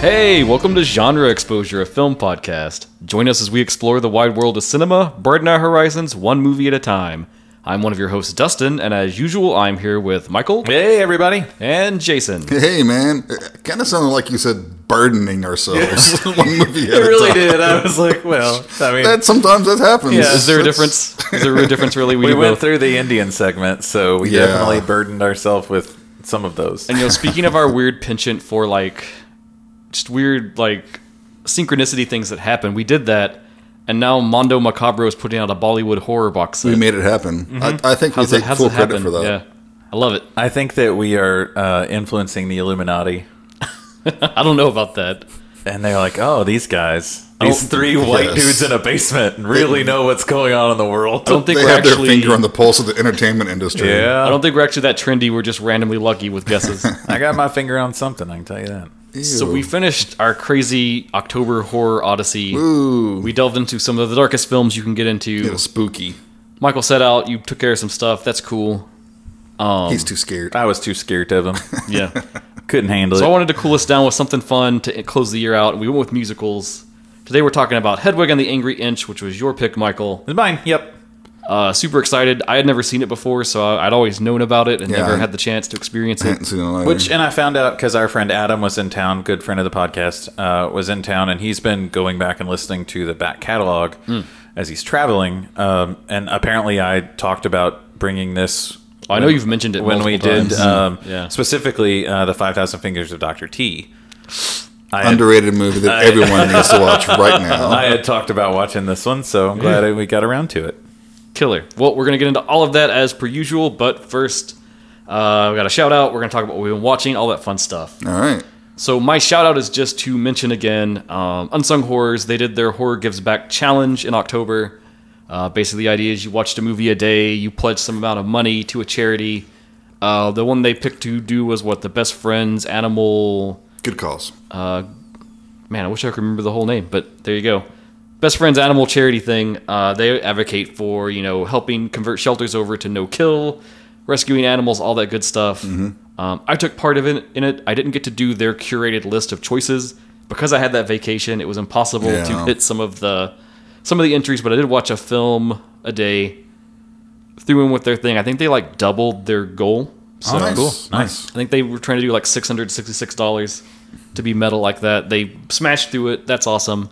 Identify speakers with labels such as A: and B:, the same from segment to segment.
A: Hey, welcome to Genre Exposure, a film podcast. Join us as we explore the wide world of cinema, broaden our horizons one movie at a time. I'm one of your hosts, Dustin, and as usual, I'm here with Michael
B: Hey, everybody.
A: and Jason.
C: Hey, man. It kind of sounded like you said burdening ourselves. One movie at
B: It
C: a
B: really
C: time.
B: did. I was like, well, I mean,
C: That, sometimes that happens.
B: Yeah.
A: Is there a
C: That's-
A: difference? Is there a difference, really?
B: we
A: do
B: went
A: both.
B: through the Indian segment, so we
C: Yeah.
B: definitely burdened ourselves with some of those.
A: And you know, speaking of our weird penchant for like just weird like synchronicity things that happen, we did that, and now Mondo Macabro is putting out a Bollywood horror box set.
C: We made it happen.
B: Mm-hmm.
C: I, I think
A: How's that,
C: we take
A: how's
C: full
A: that happen?
C: credit for that.
A: Yeah, I love it.
B: I think that we are uh, influencing the Illuminati,
A: I don't know about that.
B: and they're like, oh, these guys, these
A: don't-
B: three white
C: Yes.
B: dudes in a basement really know what's going on in the world.
A: I don't think
C: They
A: we're
C: have
A: actually.
C: their finger on the pulse of the entertainment industry.
A: I
B: yeah.
A: don't think we're actually that trendy. We're just randomly lucky with guesses.
B: I got my finger on something, I can tell you that.
A: so we finished our crazy October horror odyssey.
C: Ooh.
A: We delved into some of the darkest films you can get into.
C: It was spooky.
A: Michael set out. You took care of some stuff. That's cool. Um,
C: He's too scared.
B: I was too scared of him.
A: Yeah.
B: Couldn't handle
A: So I
B: it.
A: wanted to cool us down with something fun to close the year out. We went with musicals. Today we're talking about Hedwig and the Angry Inch, which was your pick, Michael.
B: It's mine. Yep.
A: Uh, super excited. I had never seen it before, so I- I'd always known about it and
C: Yeah,
A: never
C: I-
A: had the chance to experience
C: I
A: it.
C: hadn't seen it either.
B: Which, and I found out because our friend Adam was in town, good friend of the podcast, uh, was in town, and he's been going back and listening to the back catalog
A: Hmm.
B: as he's traveling. Um, and apparently, I talked about bringing this.
A: I know you've mentioned it
B: when we
A: multiple
B: did
A: times. Hmm.
B: um,
A: Yeah.
B: specifically uh, the Five Thousand Fingers of Doctor T. I had-
C: Underrated movie that everyone needs to watch right now.
B: I had talked about watching this one, so I'm glad we got around to it.
A: Killer. Well, we're going to get into all of that as per usual, but first, uh, we got a shout out. We're going to talk about what we've been watching, all that fun stuff.
C: All right.
A: So my shout out is just to mention again, um, Unsung Horrors. They did their Horror Gives Back challenge in October. Uh, basically, the idea is you watched a movie a day, you pledge some amount of money to a charity. Uh, the one they picked to do was what the best friends animal.
C: Good calls.
A: Man, I wish I could remember the whole name, but there you go. Best friends animal charity thing. Uh, they advocate for you know helping convert shelters over to no kill, rescuing animals, all that good stuff.
C: Mm-hmm.
A: Um, I took part of it in it. I didn't get to do their curated list of choices because I had that vacation. It was impossible to
C: Yeah.
A: hit some of the some of the entries, but I did watch a film a day. Threw in with their thing. I think they like doubled their goal. So
C: Oh, nice.
B: cool.
C: Nice.
A: I think they were trying to do like six hundred sixty-six dollars to be metal like that. They smashed through it. That's awesome.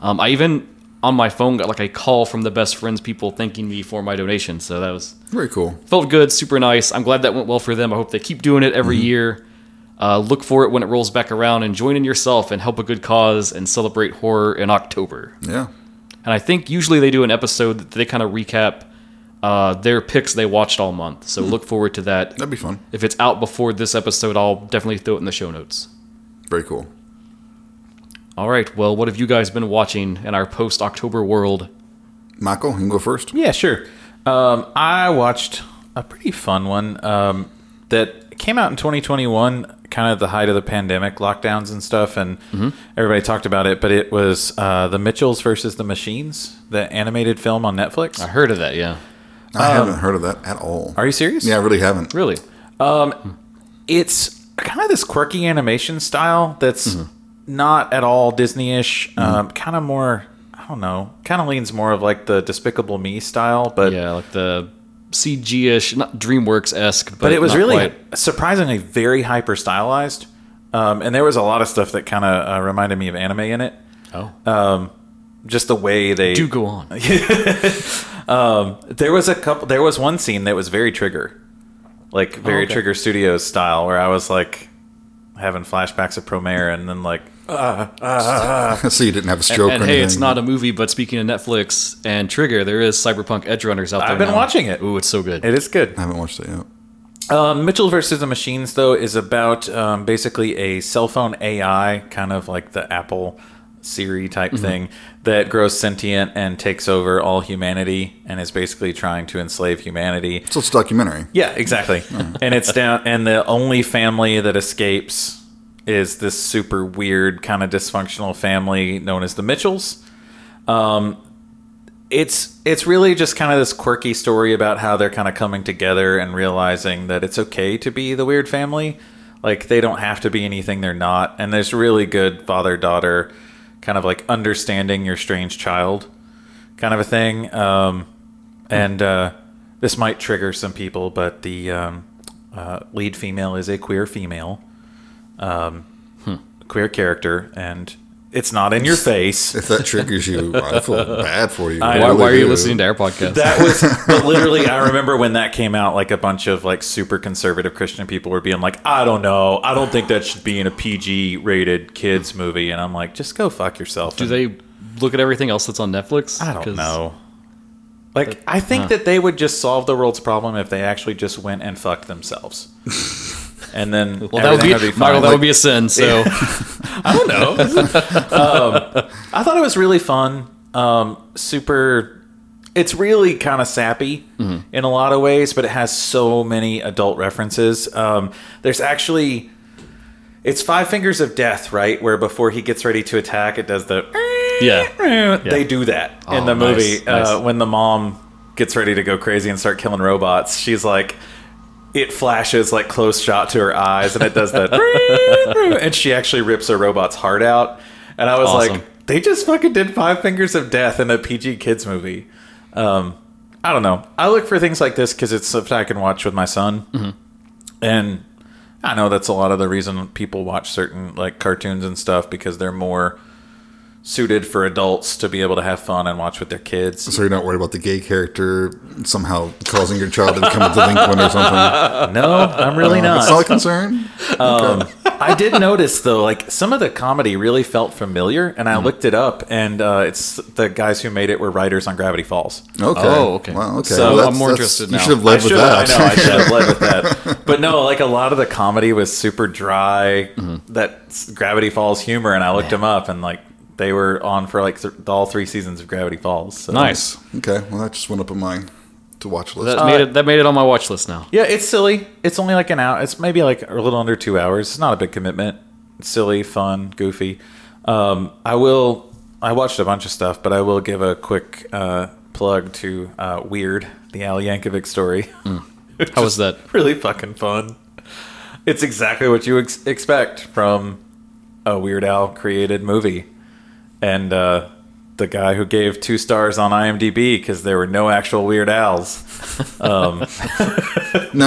A: Um, I even on my phone got like a call from the best friends people thanking me for my donation. So that was
C: Very cool.
A: felt good, super nice. I'm glad that went well for them. I hope they keep doing it every year. Uh, look for it when it rolls back around and join in yourself and help a good cause and celebrate horror in October.
C: Yeah.
A: And I think usually they do an episode that they kind of recap uh, their picks they watched all month. So look forward to that.
C: That'd be fun.
A: If it's out before this episode, I'll definitely throw it in the show notes.
C: Very cool.
A: All right. Well, what have you guys been watching in our post October world?
C: Michael, you can go first.
B: Yeah, sure. Um, I watched a pretty fun one um, that came out in 2021, kind of the height of the pandemic lockdowns and stuff, and everybody talked about it. But it was uh, the Mitchells versus the Machines, the animated film on Netflix.
A: I heard of that. Yeah.
C: I
A: Um,
C: haven't heard of that at all.
B: Are you serious?
C: Yeah, I really haven't.
A: Really?
B: it's kind of this quirky animation style that's not at all Disney-ish. Um, kind of more, I don't know, kind of leans more of like the Despicable Me style, but
A: Yeah, like the CG ish, not DreamWorks esque, but,
B: but it was
A: not
B: really
A: quite.
B: surprisingly very hyper stylized um, and there was a lot of stuff that kind of uh, reminded me of anime in it
A: Oh.
B: just the way they
A: do go on.
B: there was a couple there was one scene that was very trigger like very
A: Oh, okay.
B: trigger studios style where i was like having flashbacks of promare and then like
C: so you didn't have a stroke
A: and
C: or
A: hey,
C: anything.
A: it's not a movie, but speaking of Netflix and Trigger, there is Cyberpunk Edge Runners out there.
B: I've been
A: now.
B: watching it.
A: Ooh, it's so good.
B: it is good
C: I haven't watched it yet.
B: Um, Mitchell versus the Machines, though, is about um, basically a cell phone AI, kind of like the Apple Siri type thing, that grows sentient and takes over all humanity and is basically trying to enslave humanity.
C: So it's a documentary.
B: Yeah, exactly. and it's down, and the only family that escapes is this super weird, kind of dysfunctional family known as the Mitchells. Um, it's it's really just kind of this quirky story about how they're kind of coming together and realizing that it's okay to be the weird family. Like they don't have to be anything they're not. And there's really good father daughter kind of like understanding your strange child kind of a thing. Um, and uh, this might trigger some people, but the um, uh, lead female is a queer female, um, queer character, and it's not in your face.
C: If that triggers you, I feel bad for you.
B: I
A: Why,
B: really
A: why are you listening to our podcast?
B: That was but literally. I remember when that came out. Like a bunch of like super conservative Christian people were being like, "I don't know. I don't think that should be in a PG-rated kids movie." And I'm like, "Just go fuck yourself."
A: Do
B: and
A: they look at everything else that's on Netflix?
B: I don't
A: 'Cause-
B: know. Like, I think that they would just solve the world's problem if they actually just went and fucked themselves. and then,
A: Well, that would be,
B: everything
A: Michael.
B: fine.
A: That would be a sin. So
B: I don't know. um, I thought it was really fun. Um, super. It's really kind of sappy
A: Mm-hmm.
B: in a lot of ways, but it has so many adult references. Um, there's actually. It's Five Fingers of Death, right? Where before he gets ready to attack, it does the.
A: yeah,
B: They do that in
A: Oh,
B: the
A: nice,
B: movie
A: nice.
B: Uh, when the mom gets ready to go crazy and start killing robots. She's like, it flashes like close shot to her eyes, and it does that, and she actually rips a robot's heart out. And I was
A: Awesome.
B: like, they just fucking did Five Fingers of Death in a PG kids movie. Um, I don't know. I look for things like this because it's stuff I can watch with my son, and I know that's a lot of the reason people watch certain like cartoons and stuff because they're more suited for adults to be able to have fun and watch with their kids.
C: So you're not worried about the gay character somehow causing your child to become a delinquent or something.
B: No, I'm really
C: It's not
B: not.
C: a concern.
B: I did notice though, like some of the comedy really felt familiar, and
C: Hmm.
B: I looked it up, and uh, it's the guys who made it were writers on Gravity Falls.
C: Okay.
A: Oh, okay.
C: Wow, okay.
A: So
C: Well,
A: I'm
C: that's-
A: more
C: that's-
A: interested
C: You
A: now.
C: should have led
B: I
C: with
B: should,
C: that.
B: I know, I should have led with that. But no, like a lot of the comedy was super dry.
C: Mm-hmm.
B: That s- Gravity Falls humor, and I looked them up, and like they were on for like th- all three seasons of Gravity Falls. So.
A: nice.
C: okay. Well, that just went up in my to watch list.
A: That made it. That made it on my watch list now.
B: Yeah, it's silly. It's only like an hour. It's maybe like a little under two hours. It's not a big commitment. It's silly, fun, goofy. Um, I will. I watched a bunch of stuff, but I will give a quick uh, plug to uh, Weird, the Al Yankovic story.
A: Hmm. How was that?
B: really fucking fun. It's exactly what you ex- expect from a Weird Al created movie. And uh, the guy who gave two stars on IMDb because there were no actual Weird Al's.
C: now,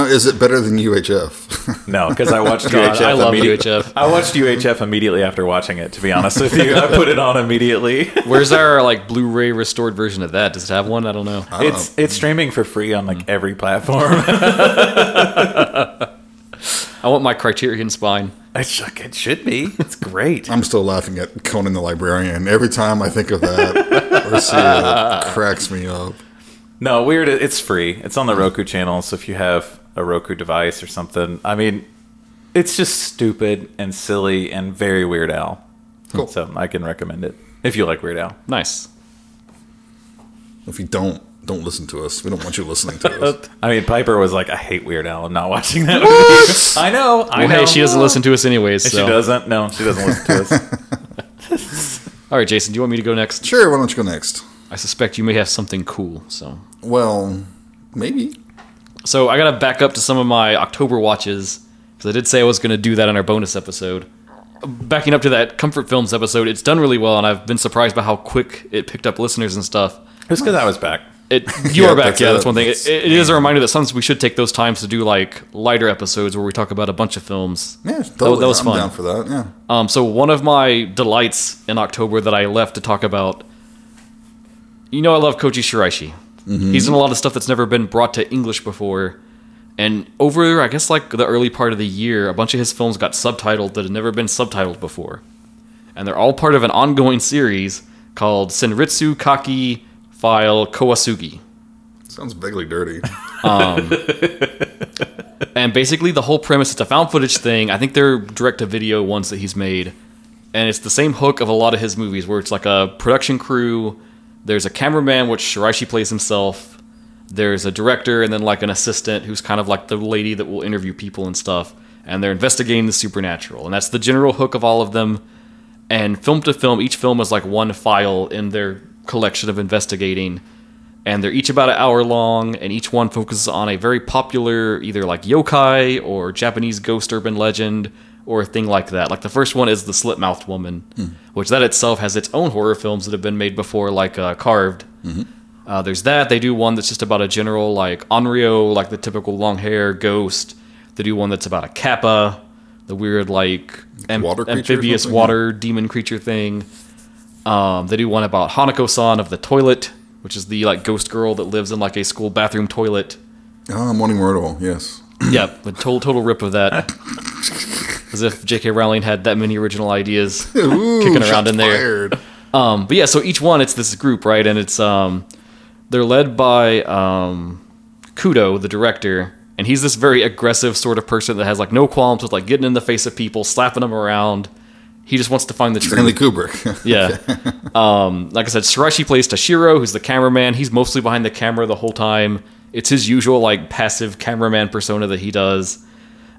C: is it better than UHF?
B: No, because I watched
A: God,
B: UHF.
A: I love
B: immediate-
A: UHF.
B: I watched UHF immediately after watching it. To be honest with you, I put it on immediately.
A: Where's our like Blu-ray restored version of that? Does it have one? I don't know.
C: I don't
B: It's it's streaming for free on like every platform.
A: I want my Criterion spine.
B: It's like, it should be. It's great.
C: I'm still laughing at Conan the Librarian. Every time I think of that or see it, it cracks me up.
B: No, weird. It's free. It's on the Roku channel. So if you have a Roku device or something, I mean, it's just stupid and silly and very Weird Al.
C: Cool.
B: So I can recommend it if you like Weird Al.
A: Nice.
C: If you don't, don't listen to us. We don't want you listening to
A: Uh,
C: us.
B: I mean, Piper was like, "I hate Weird Al. I'm not watching that."
C: What?
B: I know. I
A: Well,
B: know.
A: hey, she doesn't listen to us anyways. So.
B: She doesn't. No, she doesn't listen to us.
A: All right, Jason. Do you want me to go next?
C: Sure, why don't you go next?
A: I suspect you may have something cool. So.
C: Well, maybe.
A: So I gotta back up to some of my October watches because I did say I was gonna do that on our bonus episode. Backing up to that comfort films episode, it's done really well, and I've been surprised by how quick it picked up listeners and stuff.
B: Just because I was back.
A: It, you
C: Yeah,
A: are back.
C: that's
A: yeah,
C: a-
A: that's one thing. It,
C: that's-
A: it is a reminder that sometimes we should take those times to do like lighter episodes where we talk about a bunch of films.
C: Yeah,
A: That-
C: totally.
A: That, was
C: I'm
A: fun.
C: down for that. Yeah.
A: Um, so one of my delights in October that I left to talk about, you know, I love Koji Shiraishi.
C: Mm-hmm.
A: He's in a lot of stuff that's never been brought to English before, and over I guess like the early part of the year, a bunch of his films got subtitled that had never been subtitled before, and they're all part of an ongoing series called Senritsu Kaki File Kawasugi.
C: Sounds vaguely dirty.
A: And basically, the whole premise it's a found footage thing. I think they're direct to video ones that he's made, and it's the same hook of a lot of his movies, where it's like a production crew. There's a cameraman, which Shiraishi plays himself. There's a director, and then like an assistant who's kind of like the lady that will interview people and stuff. And they're investigating the supernatural, and that's the general hook of all of them. And film to film, each film is like one file in their collection of investigating and they're each about an hour long, and each one focuses on a very popular either like yokai or Japanese ghost urban legend or a thing like that. Like the first one is the slit mouthed woman, which that itself has its own horror films that have been made before, like uh, Carved.
C: Mm-hmm.
A: Uh, there's that. They do one that's just about a general like Onryo, like the typical long hair ghost. They do one that's about a kappa, the weird like am-
C: Water creature or
A: amphibious
C: something?
A: water demon creature thing. Um, they do one about Hanako-san of the toilet, which is the like ghost girl that lives in like a school bathroom toilet.
C: Oh, I'm wanting Myrtle. Yes.
A: yeah, the total total rip of that. As if J.K. Rowling had that many original ideas.
C: Ooh,
A: Kicking around
C: shots
A: in there.
C: fired.
A: Um, but yeah, so each one it's this group, right? And it's um, they're led by um, Kudo, the director, and he's this very aggressive sort of person that has like no qualms with like getting in the face of people, slapping them around. He just wants to find the truth.
C: Stanley Kubrick.
A: Yeah. um, like I said, Sarashi plays Tashiro, who's the cameraman. He's mostly behind the camera the whole time. It's his usual like passive cameraman persona that he does.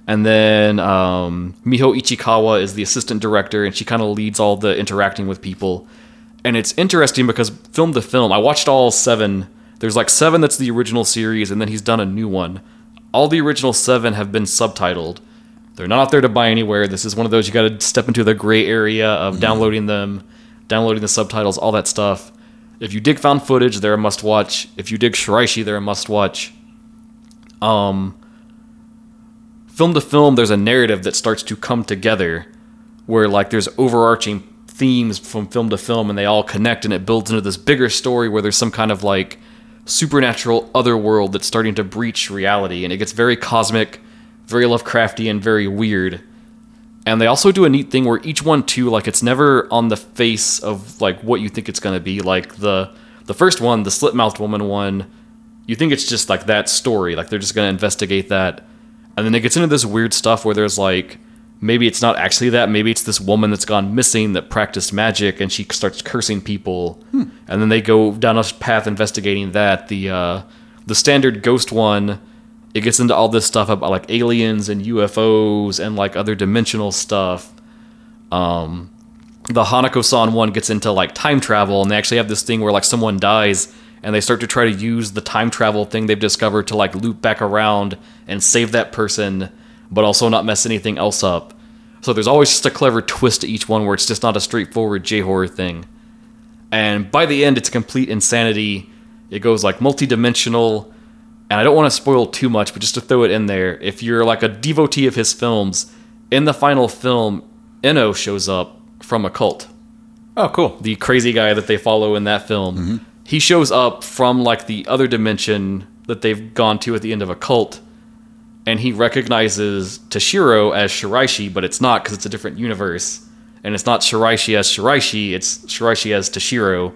A: And then um, Miho Ichikawa is the assistant director, and she kind of leads all the interacting with people. And it's interesting because film to film, I watched all seven. There's like seven that's the original series, and then he's done a new one. All the original seven have been subtitled. They're not out there to buy anywhere. This is one of those you got to step into the gray area of downloading them, downloading the subtitles, all that stuff. If you dig found footage, they're a must watch. If you dig Shiraishi, they're a must watch. film to film there's a narrative that starts to come together where like there's overarching themes from film to film and they all connect and it builds into this bigger story where there's some kind of like supernatural other world that's starting to breach reality and it gets very cosmic very lovecrafty and very weird and they also do a neat thing where each one too like it's never on the face of like what you think it's going to be like the the first one the slit-mouthed woman one you think it's just like that story like they're just going to investigate that and then it gets into this weird stuff where there's like maybe it's not actually that maybe it's this woman that's gone missing that practiced magic and she starts cursing people and then they go down a path investigating that the uh the standard ghost one it gets into all this stuff about like aliens and UFOs and like other dimensional stuff. Um, the Hanako-san one gets into like time travel, and they actually have this thing where like someone dies, and they start to try to use the time travel thing they've discovered to like loop back around and save that person, but also not mess anything else up. So there's always just a clever twist to each one where it's just not a straightforward J horror thing and by the end it's complete insanity it goes like multi-dimensional and i don't want to spoil too much but just to throw it in there if you're like a devotee of his films in the final film eno shows up from a cult
B: Oh, cool.
A: the crazy guy that they follow in that film he shows up from like the other dimension that they've gone to at the end of a cult and he recognizes Toshiro as Shiraishi, but it's not because it's a different universe. And it's not Shiraishi as Shiraishi, it's Shiraishi as Toshiro.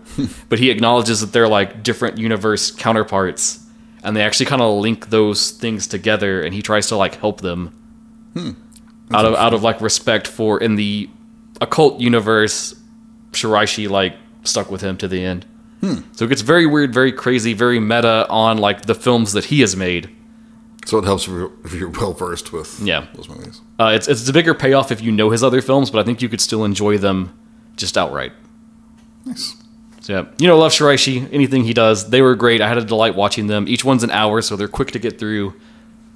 A: but he acknowledges that they're like different universe counterparts. And they actually kind of link those things together, and he tries to like help them out of out of like respect for in the occult universe, Shiraishi like stuck with him to the end. So it gets very weird, very crazy, very meta on like the films that he has made.
C: So it helps if you're- if you're well versed with
A: Yeah.
C: those movies.
A: Uh, it's it's a bigger payoff if you know his other films, but I think you could still enjoy them just outright.
C: Nice.
A: So yeah, you know, love Shiraishi. Anything he does, they were great. I had a delight watching them. Each one's an hour, so they're quick to get through.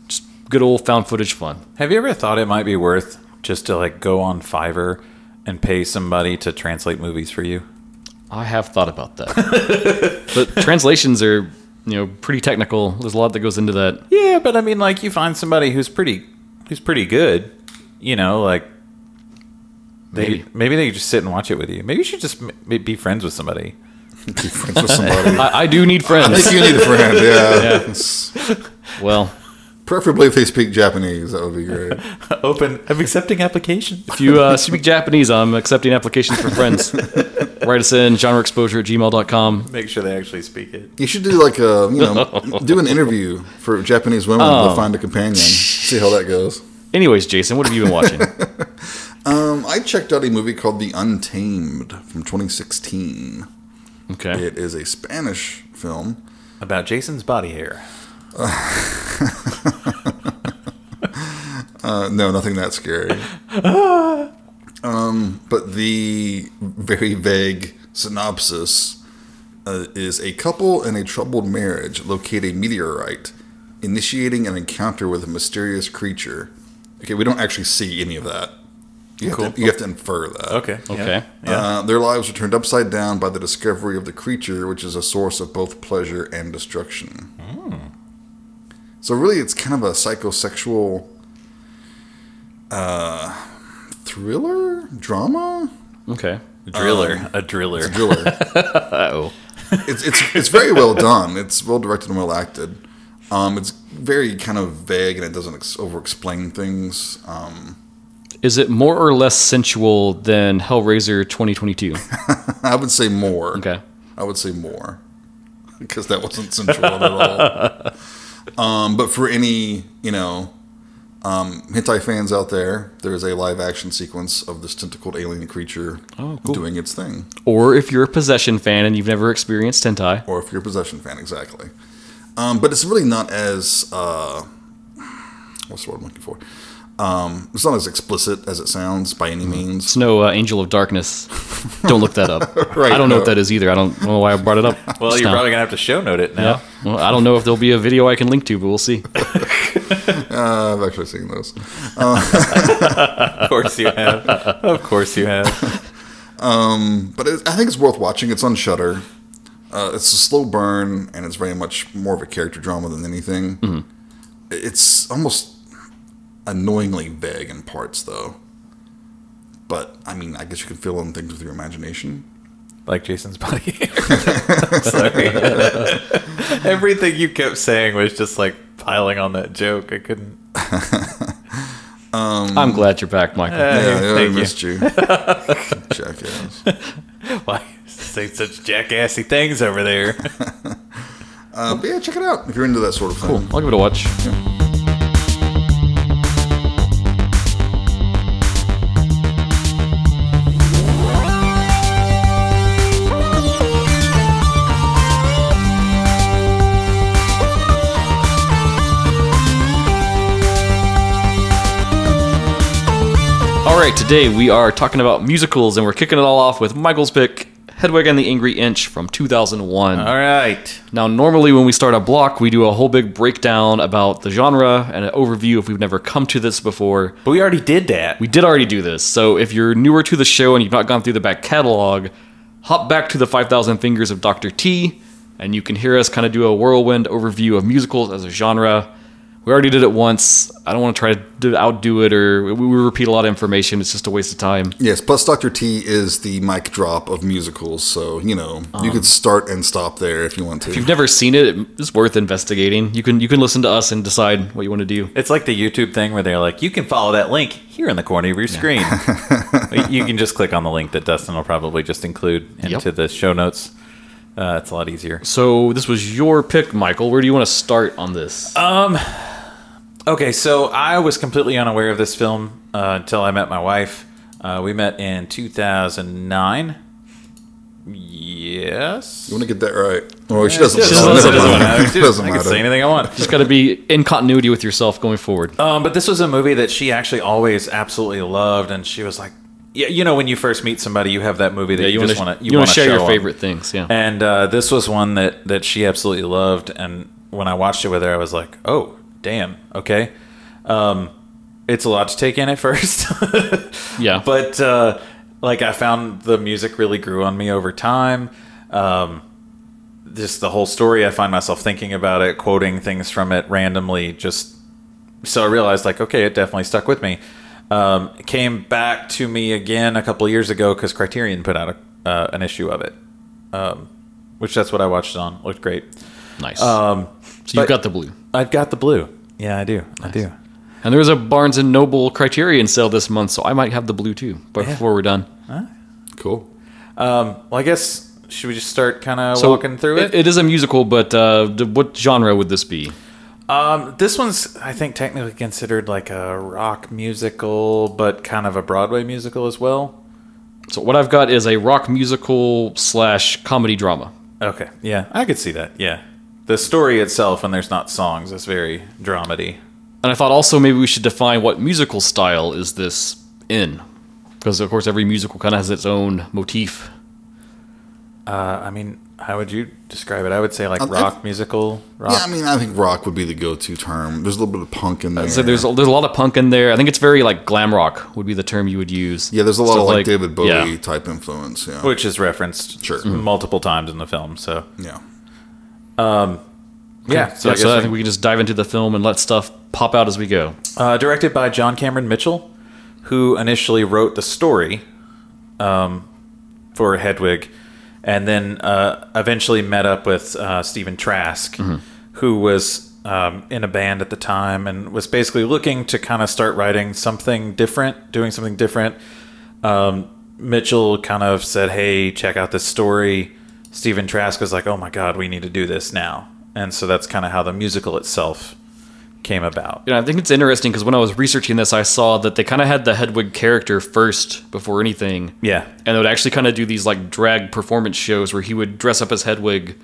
A: Just good old found footage fun.
B: Have you ever thought it might be worth just to like go on Fiverr and pay somebody to translate movies for you?
A: I have thought about that. but translations are you know pretty technical. There's a lot that goes into that.
B: Yeah, but I mean, like you find somebody who's pretty, who's pretty good. You know, like they
A: Maybe.
B: maybe, they could just sit and watch it with you. Maybe you should just m- be friends with somebody.
C: Be friends with somebody.
A: I, I do need
C: I think
A: friends.
C: you need a friend. Yeah. It's-
A: well,
C: Preferably if they speak Japanese, that would be great.
B: Open. I'm accepting applications.
A: if you uh, speak Japanese, I'm accepting applications for friends. Write us in genreexposure at gmail.com.
B: Make sure they actually speak it.
C: You should do like a you know do an interview for Japanese women to
A: Oh.
C: find a companion. See how that goes.
A: Anyways, Jason, what have you been watching?
C: Um, I checked out a movie called The Untamed from 2016.
A: Okay.
C: It is a Spanish film.
B: About Jason's body hair.
C: Uh, no, nothing that scary. um, but the very vague synopsis uh, is a couple in a troubled marriage locate a meteorite, initiating an encounter with a mysterious creature. Okay, we don't actually see any of that. You have, to, you have to infer that.
B: Okay. yeah,
A: Okay.
B: Yeah.
C: Uh, their lives are turned upside down by the discovery of the creature, which is a source of both pleasure and destruction. So, really, it's kind of a psychosexual uh, thriller? Drama?
A: Okay.
B: driller. a driller.
C: Driller.
A: Uh oh.
C: it's, it's, it's very well done. It's well directed and well acted. Um, it's very kind of vague and it doesn't ex- over explain things. Um,
A: Is it more or less sensual than Hellraiser 2022?
C: I would say more.
A: Okay.
C: I would say more because that wasn't sensual at all. Um, but for any, you know, um, hentai fans out there, there is a live action sequence of this tentacled alien creature
A: Oh, cool.
C: doing its thing.
A: Or if you're a possession fan and you've never experienced hentai.
C: Or if you're a possession fan, exactly. Um, but it's really not as, uh, what's the word I'm looking for? Um, it's not as explicit as it sounds by any means.
A: It's no uh, Angel of Darkness. Don't look that up.
C: Right,
A: I don't know
C: no.
A: what that is either. I don't know why I brought it up.
B: Well,
A: just
B: you're
A: now.
B: probably gonna have to show note it now.
A: Yeah. Well, I don't know if there'll be a video I can link to, but we'll see.
C: Uh, I've actually seen those.
B: Of course you have. Of course you have.
C: but it, I think it's worth watching. It's on Shutter. Uh, it's a slow burn, and it's very much more of a character drama than anything. It- It's almost annoyingly vague in parts, though. But I mean, I guess you can fill in things with your imagination.
B: Like Jason's body. Sorry. Everything you kept saying was just like piling on that joke. I couldn't.
A: I'm glad you're back, Michael.
B: Uh,
C: yeah, yeah, I
B: thank you.
C: missed you, jackass.
B: Why say such jackassy things over there?
C: Uh, but yeah, check it out if you're into that sort of thing.
A: cool. I'll give it a watch. All right, today we are talking about musicals, and we're kicking it all off with Michael's pick, Hedwig and the Angry Inch from 2001.
B: All right.
A: Now, normally when we start a block, we do a whole big breakdown about the genre and an overview if we've never come to this before.
B: But we already did that.
A: We did already do this, so if you're newer to the show and you've not gone through the back catalog, hop back to the 5,000 Fingers of Dr. T, and you can hear us kind of do a whirlwind overview of musicals as a genre. We already did it once. I don't want to try to do- outdo it or we, we repeat a lot of information. It's just a waste of time.
C: Yes, plus Dr. T is the mic drop of musicals, so you know you could start and stop there if you want to.
A: If you've never seen it, it's worth investigating. You can you can listen to us and decide what you want to do.
B: It's like the YouTube thing where they're like, you can follow that link here in the corner of your screen. you can just click on the link that Dustin will probably just include into the show notes. Uh, it's a lot easier.
A: So this was your pick, Michael. Where do you want to start on this?
B: Okay, so I was completely unaware of this film uh, until I met my wife. Uh, we met in 2009. Yes.
C: you want to get that right. Oh, she doesn't.
B: It
A: doesn't-
C: know.
A: doesn't
C: Never mind.
B: matter.
C: It doesn't
B: I can
C: matter.
B: say anything I want.
A: Just got to be in continuity with yourself going forward.
B: Um, but this was a movie that she actually always absolutely loved, and she was like, "Yeah, you know, when you first meet somebody, you have that movie that
A: Yeah,
B: you,
A: you,
B: just
A: want
B: want
A: to
B: to
A: you want to share your
B: them.
A: favorite things. Yeah.
B: And uh, this was one that that she absolutely loved, and when I watched it with her, I was like, "Oh, damn, okay." Um, it's a lot to take in at first,
A: yeah. But
B: but uh, like I found the music really grew on me over time. Um, just the whole story, I find myself thinking about it, quoting things from it randomly. Just so I realized, like, okay, it definitely stuck with me. Um, it came back to me again a couple of years ago because Criterion put out a, uh, an issue of it, um, which that's what I watched it on. Looked great.
A: nice. Um, so you
B: but-
A: got the blue.
B: I've got the blue. Yeah, I do. I do.
A: And there was a Barnes and Noble Criterion sale this month, so I might have the blue too. But before we're done,
C: Cool.
B: Well, I guess should we just start kind of
A: so
B: walking through it?
A: It is a musical, but uh, d- what genre would this be?
B: This one's, I think, technically considered like a rock musical, but kind of a Broadway musical as well.
A: So what I've got is a rock musical slash comedy drama.
B: Okay, yeah, I could see that. Yeah, the story itself, when there's not songs, is very dramedy.
A: And I thought also maybe we should define what musical style is this in, because of course every musical kind of has its own motif.
B: Uh, I mean, how would you describe it? I would say like
C: Um,
B: rock
C: I've-
B: musical rock.
C: Yeah, I mean, I think rock would be the go-to term. There's a little bit of punk in there.
A: Uh, So there's a, there's a lot of punk in there. I think it's very like glam rock would be the term you would use.
C: yeah, there's a lot
A: Stuff
C: of like, David Bowie
A: yeah.
C: type influence. Yeah,
B: which is referenced
C: Sure.
B: multiple times in the film. So
C: yeah.
B: yeah, so
A: So,
B: I guess
A: I
B: we-
A: think we can just dive into the film and let stuff pop out as we go.
B: uh, directed by John Cameron Mitchell, who initially wrote the story um, for Hedwig, and then uh, eventually met up with uh, Stephen Trask, who was um, in a band at the time and was basically looking to kind of start writing something different, doing something different. Um, Mitchell kind of said, "Hey, check out this story." Stephen Trask was like, "Oh my God, we need to do this now," and so that's kind of how the musical itself came about.
A: You know, I think it's interesting because when I was researching this, I saw that they kind of had the Hedwig character first before anything.
B: Yeah,
A: and they would actually kind of do these like drag performance shows where he would dress up as Hedwig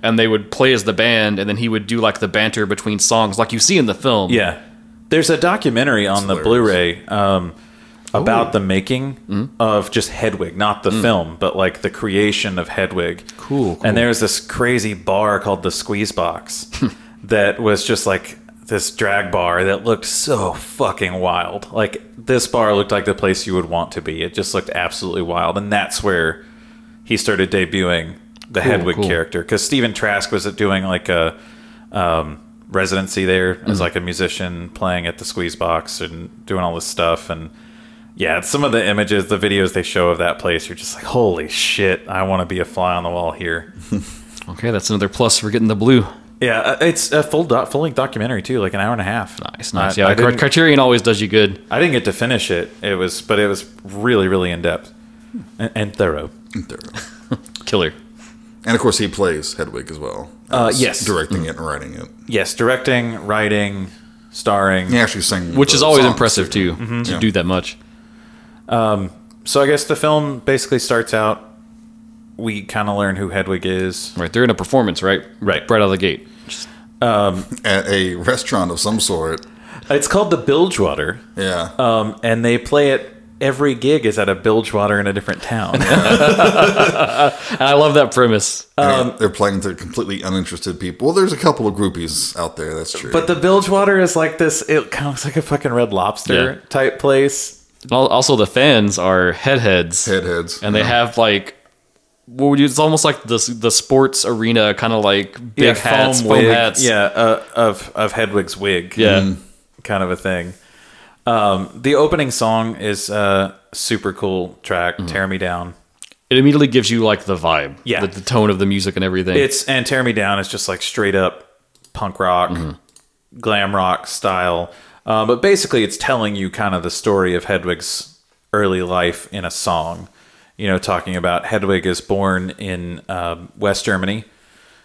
A: and they would play as the band and then he would do like the banter between songs like you see in the film.
B: yeah. There's a documentary on the
C: hilarious.
B: Blu-ray um, about the making
A: Mm-hmm.
B: of just Hedwig, not the film, but like the creation of Hedwig.
A: Mm. Cool, cool.
B: And there's this crazy bar called the Squeeze Box that was just like this drag bar that looked so fucking wild. Like this bar looked like the place you would want to be. It just looked absolutely wild, and that's where he started debuting the Hedwig
A: cool.
B: character because Stephen Trask was doing like a um, residency there
A: Mm-hmm.
B: as like a musician playing at the Squeeze Box and doing all this stuff and. Yeah, some of the images, the videos they show of that place, you're just like, holy shit, I want to be a fly on the wall here.
A: Okay, that's another plus for getting the blue.
B: Yeah, uh, it's a full doc, full length documentary too, like an hour and a half.
A: Nice, nice.
B: I,
A: yeah,
B: I
A: Cri-
B: didn't,
A: Criterion always does you good.
B: I didn't get to finish it. It was, but it was really, really in depth
A: Hmm.
B: and, and thorough.
A: Killer.
C: And of course, he plays Hedwig as well.
B: Uh,
C: He's
B: yes.
C: directing it and writing it.
B: Yes, directing, writing, starring.
C: He actually sang,
A: Which
C: the
A: is always
C: songs,
A: impressive too,
B: Mm-hmm.
A: to
C: Yeah.
A: do that much.
B: So I guess the film basically starts out. We kind of learn who Hedwig is.
A: Right. They're in a performance, right?
B: Right.
A: Right out of the gate.
C: at a restaurant of some sort.
B: It's called the Bilgewater,
C: Yeah,
A: Uh,
B: um, and they play it. Every gig is at a Bilgewater in a different town.
A: And I love that premise.
C: And they're playing to completely uninterested people. Well, there's a couple of groupies out there. That's true.
B: But the Bilgewater is like this. It kind of looks like a fucking Red Lobster
A: Yeah.
B: type place.
A: And al- also the fans are headheads.
C: headheads
A: and they have like what would you? It's almost like the the sports arena kind of like big
B: Yeah,
A: hats, foam,
B: wig.
A: hats.
B: Yeah, uh, of of Hedwig's wig. Mm.
A: yeah.
B: kind of a thing. Um, the opening song is a super cool track. Tear me down.
A: It immediately gives you like the vibe,
B: Yeah.
A: the, the tone of the music and everything.
B: It's and tear me down is just like straight up punk rock,
C: Mm-hmm.
B: glam rock style. Uh, but basically, it's telling you kind of the story of Hedwig's early life in a song. You know, talking about Hedwig is born in um West Germany.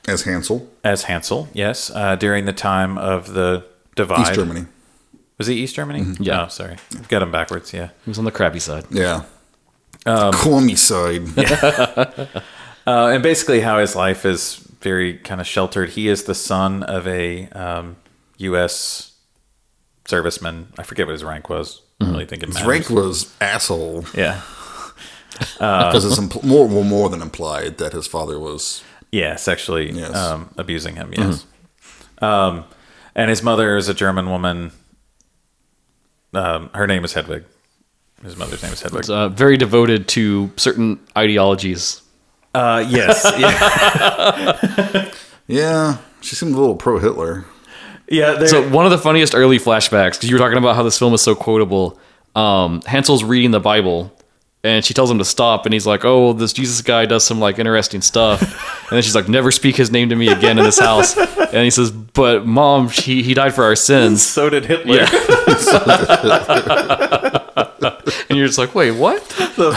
C: as Hansel,
B: as Hansel, yes, uh, during the time of the divide.
C: East Germany. Mm-hmm.
B: Was he East Germany?
A: Yeah.
B: Oh, sorry. Got him backwards, yeah.
A: it was on the crappy side.
C: Yeah,
A: Um,
C: Cormy side.
B: Uh, and basically, how his life is very kind of sheltered. He is the son of a um, U.S. serviceman. I forget what his rank was. I don't really think it matters.
C: Rank was asshole
B: Yeah.
C: because it's impl- more well, more than implied that his father was.
B: Yeah, sexually
C: Yes. Mm-hmm.
B: um, abusing him, yes. Um, and his mother is a German woman. Um, her name is Hedwig. His mother's name is Hedwig.
A: It's, uh, very devoted to certain ideologies.
B: Uh, yes. Yeah.
C: Yeah, she seemed a little pro Hitler.
B: Yeah, there-
A: So one of the funniest early flashbacks because you were talking about how this film is so quotable. Um, Hansel's reading the Bible, and she tells him to stop, and he's like, "Oh, well, this Jesus guy does some like interesting stuff." and then she's like, "Never speak his name to me again in this house." and he says, "But mom, he he died for our sins."
B: so did Hitler.
A: and you're just like, "Wait, what?"
B: the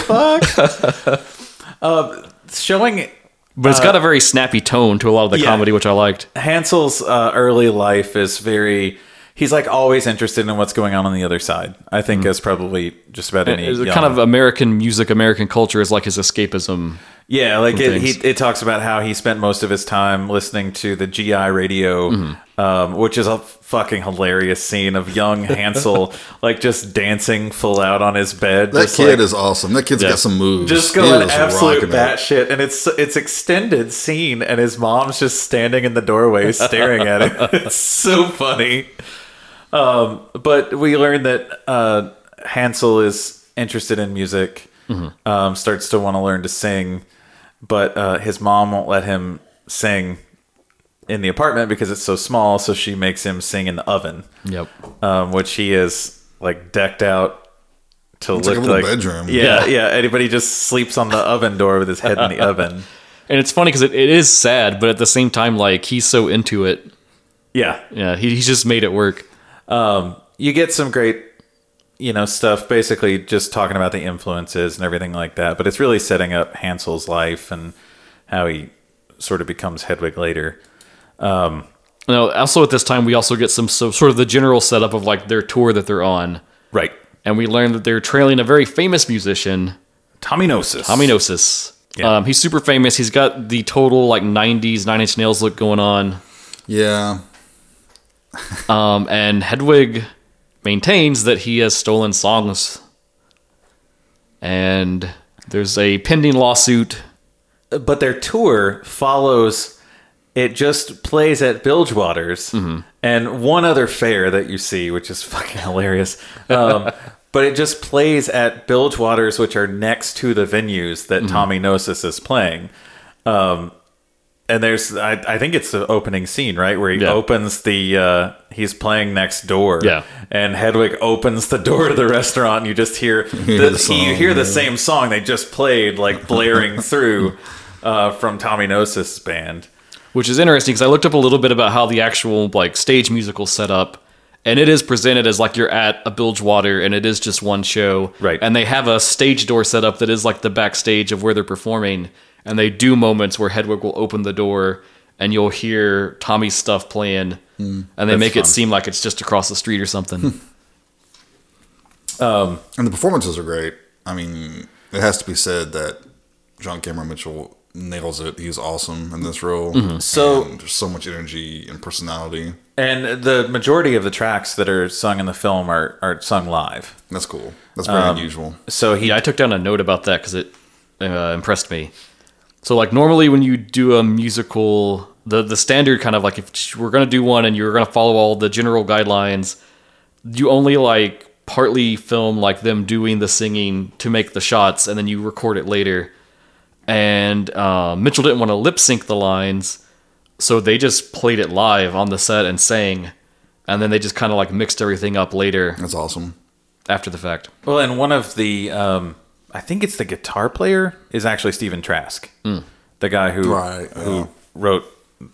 B: fuck? uh, showing
A: But it's got a very snappy tone to a lot of the
B: Yeah.
A: comedy, which I liked.
B: Hansel's uh, early life is very. He's like always interested in what's going on on the other side. I
C: Hmm.
B: think as probably just about any
A: It's
B: young-
A: kind of American music, American culture is like his escapism.
B: Yeah, like
A: From
B: it,
A: things.
B: he it talks about how he spent most of his time listening to the GI radio,
C: Mm-hmm.
B: um, which is a fucking hilarious scene of young Hansel like just dancing full out on his bed.
C: That
B: just,
C: kid
B: like,
C: is awesome. That kid's got some moves.
B: just
C: He
B: going
C: is
B: absolute
C: rocking it.
B: batshit, and it's it's extended scene, and his mom's just standing in the doorway staring at it. It's so funny. Um, but we learn that uh, Hansel is interested in music,
C: Mm-hmm.
B: um, starts to want to learn to sing, but uh, his mom won't let him sing in the apartment because it's so small. So she makes him sing in the oven,
A: Yep.
B: um, which he is like decked out. To
C: like
B: look
C: a little bedroom.
A: Yeah.
B: yeah, yeah. Anybody just sleeps on the oven door with his head in the oven.
A: And it's funny because it, it is sad, but at the same time, like he's so into it.
B: Yeah,
A: Yeah, he, he's just made it work.
B: you get some great, you know, stuff. Basically, just talking about the influences and everything like that. But it's really setting up Hansel's life and how he sort of becomes Hedwig later.
A: Now, also at this time, we also get some so, sort of the general setup of like their tour that they're on,
B: Right.
A: and we learn that they're trailing a very famous musician,
B: Tominosis.
A: Aminosis.
B: Yeah.
A: Um, he's super famous. He's got the total like '90s Nine Inch Nails look going on,
C: Yeah.
A: um, and Hedwig maintains that he has stolen songs, and there's a pending lawsuit.
B: but their tour follows it just plays at bilgewater's
A: Mm-hmm.
B: and one other fair that you see which is fucking hilarious um, but it just plays at bilgewater's which are next to the venues
A: Mm-hmm.
B: that tommy gnosis is playing Um, and there's I, I think it's the opening scene right where he
A: Yeah.
B: opens the uh, he's playing next door
A: Yeah.
B: and hedwig opens the door to the restaurant and you just hear the,
C: the song,
B: you hear the
C: yeah.
B: same song they just played like blaring through uh, from tommy gnosis band
A: which is interesting because I looked up a little bit about how the actual like stage musical set up, and it is presented as like you're at a Bilgewater and it is just one show,
B: Right.
A: And they have a stage door set up that is like the backstage of where they're performing, and they do moments where Hedwig will open the door and you'll hear Tommy's stuff playing, and they make
B: Hmm. fun.
A: it seem like it's just across the street or something.
C: And the performances are great. I mean, it has to be said that John Cameron Mitchell nails it. He's awesome in this role.
B: So-
C: And there's so much energy and personality.
B: and the majority of the tracks that are sung in the film are, are sung live
C: That's cool. That's very unusual.
B: so he
A: yeah, I took down a note about that because it uh, impressed me. So like normally when you do a musical, the the standard kind of like if we're gonna do one and you're gonna follow all the general guidelines, you only like partly film like them doing the singing to make the shots and then you record it later. And uh, Mitchell didn't want to lip sync the lines, so they just played it live on the set and sang, and then they just kind of like mixed everything up later
C: That's awesome.
A: after the fact.
B: Well, and one of the, um, I think it's the guitar player is actually Stephen Trask, the guy who
C: Hmm. Right,
B: who
C: yeah.
B: wrote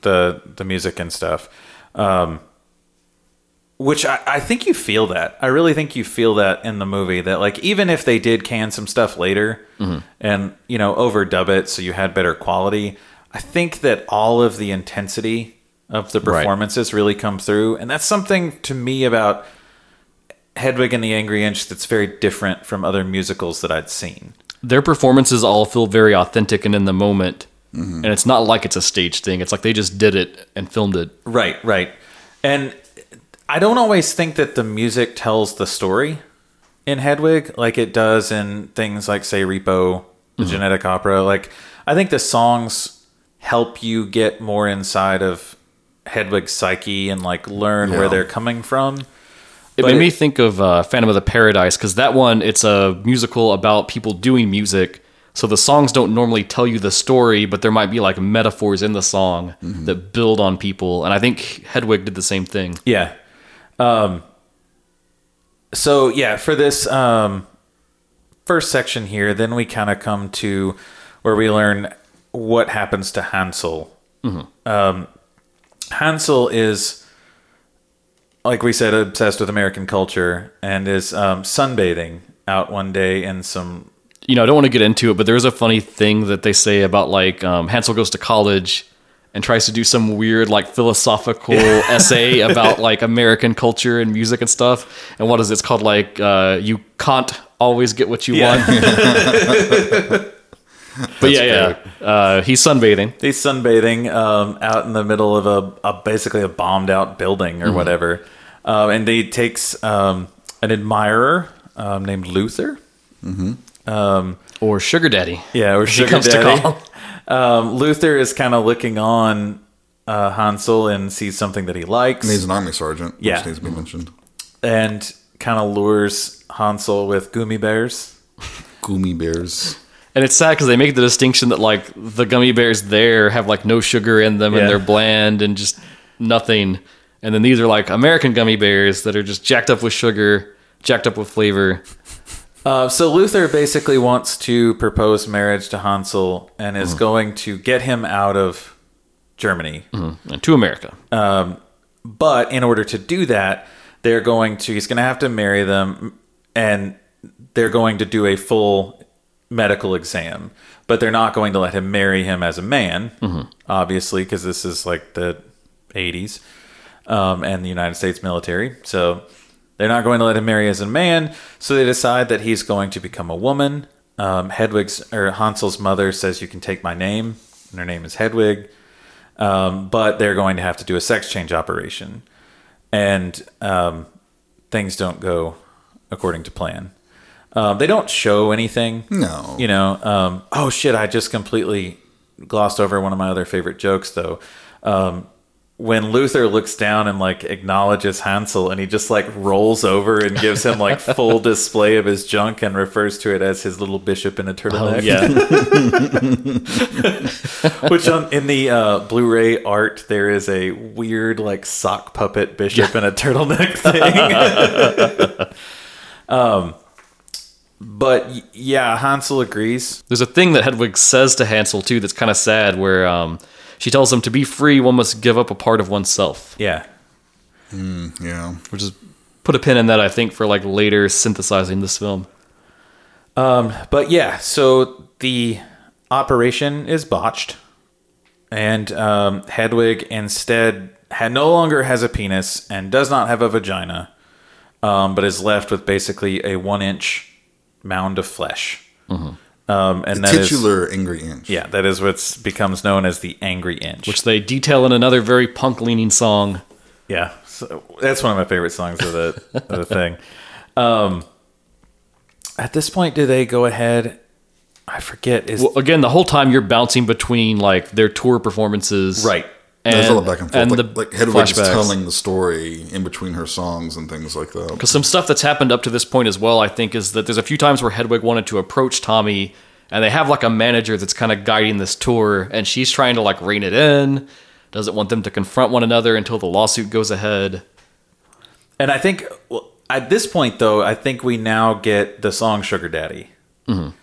B: the the music and stuff. Um, which I, I think you feel that. I really think you feel that in the movie that like even if they did can some stuff later and you know overdub it so you had better quality, I think that all of the intensity of the performances really come through, and that's something to me about Hedwig and the Angry Inch that's very different from other musicals that I'd seen.
A: their performances all feel very authentic and in the moment.
B: Mm-hmm.
A: And it's not like it's a stage thing. It's like they just did it and filmed it.
B: Right, right. And I don't always think that the music tells the story in Hedwig like it does in things like say Repo, the genetic opera. Like I think the songs help you get more inside of Hedwig's psyche and like learn where
C: Yeah.
B: they're coming from.
A: It
B: But
A: made
B: it-
A: me think of uh, Phantom of the Paradise because that one, it's a musical about people doing music. So the songs don't normally tell you the story, but there might be like metaphors in the song
B: Mm-hmm.
A: that build on people. And I think Hedwig did the same thing.
B: Yeah. Um, so yeah, for this um, first section here, then we kind of come to where we learn what happens to Hansel. Um, Hansel is, like we said, obsessed with American culture and is um, sunbathing out one day in some.
A: you know, I don't want to get into it, but there is a funny thing that they say about like um, Hansel goes to college and tries to do some weird like philosophical essay about like American culture and music and stuff. And what is it? it's called like uh, you can't always get what you want. But yeah, yeah. Uh, he's sunbathing.
B: He's sunbathing um, out in the middle of a, a basically a bombed out building or
A: Mm-hmm.
B: whatever, um, and they takes um, an admirer um, named Luther.
A: Or Sugar Daddy.
B: Yeah, or Sugar
A: comes to
B: Daddy.
A: call.
B: Um, Luther is kind of looking on uh, Hansel and sees something that he likes.
C: He's an army sergeant, which
B: Yeah.
C: needs to be mentioned.
B: and kind of lures Hansel with gummy bears.
C: Gummy bears.
A: And it's sad because they make the distinction that like the gummy bears there have like no sugar in them
B: Yeah.
A: and they're bland and just nothing. And then these are like American gummy bears that are just jacked up with sugar, jacked up with flavor.
B: Uh, so Luther basically wants to propose marriage to Hansel and
A: Mm.
B: is going to get him out of Germany.
A: And to America.
B: But in order to do that, they're going to he's going to have to marry them and they're going to do a full medical exam. But they're not going to let him marry him as a man, obviously, because this is like the 80s um, and the United States military. So they're not going to let him marry as a man. So they decide that he's going to become a woman. Um, Hedwig's or Hansel's mother says, "You can take my name," and her name is Hedwig but they're going to have to do a sex change operation, and um, things don't go according to plan. Um, they don't show anything.
C: No.
B: you know. Um, oh shit! I just completely glossed over one of my other favorite jokes, though. Um, when Luther looks down and like acknowledges Hansel, and he just like rolls over and gives him like full display of his junk and refers to it as his little bishop in a turtleneck
A: yeah.
B: which on, in the uh, Blu-ray art there is a weird like sock puppet bishop in a turtleneck thing. um, but y- yeah, Hansel agrees.
A: There's a thing that Hedwig says to Hansel too that's kind of sad where um, she tells him to be free, one must give up a part of oneself,
B: Yeah,
C: Yeah.
A: which is put a pin in that, I think, for like later synthesizing this film.
B: but yeah, so the operation is botched, and um, Hedwig instead ha no longer has a penis and does not have a vagina, um, but is left with basically a one-inch mound of flesh. Um, and that is
C: Titular angry inch.
B: yeah, that is what becomes known as the angry inch.
A: Which they detail in another very punk leaning song.
B: Yeah, so that's one of my favorite songs of the of the thing. Um, at this point, do they go ahead? I forget. Is
A: Well, again, the whole time you're bouncing between like their tour performances,
B: right.
A: And,
C: It's all back and forth.
A: and
C: like,
A: the
C: like Hedwig is
A: flashbacks.
C: telling the story in between her songs and things like that.
A: Because some stuff that's happened up to this point as well, I think, is that there's a few times where Hedwig wanted to approach Tommy, and they have like a manager that's kind of guiding this tour, and she's trying to like rein it in, doesn't want them to confront one another until the lawsuit goes ahead.
B: And I think well, at this point, though, I think we now get the song "Sugar Daddy."
C: One-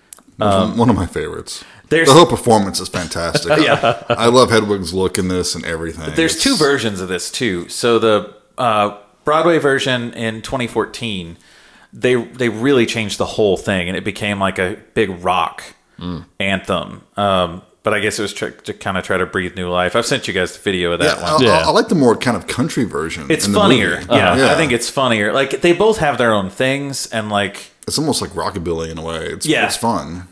C: Um, one of my favorites.
B: there's-
C: the whole performance is fantastic. yeah. I, I love Hedwig's look in this and everything.
B: There's
C: It's-
B: two versions of this too. So the uh, Broadway version in 2014, they they really changed the whole thing, and it became like a big rock
C: Mm.
B: anthem. Um, but I guess it was tr- to kind of try to breathe new life. I've sent you guys the video of
C: Yeah,
B: that one.
C: I, I, I like the more kind of country version.
B: It's
C: in the movie. Uh-huh.
B: funnier. Yeah, I think it's funnier. Like they both have their own things, and like
C: it's almost like rockabilly in a way. It's,
B: Yeah.
C: it's fun.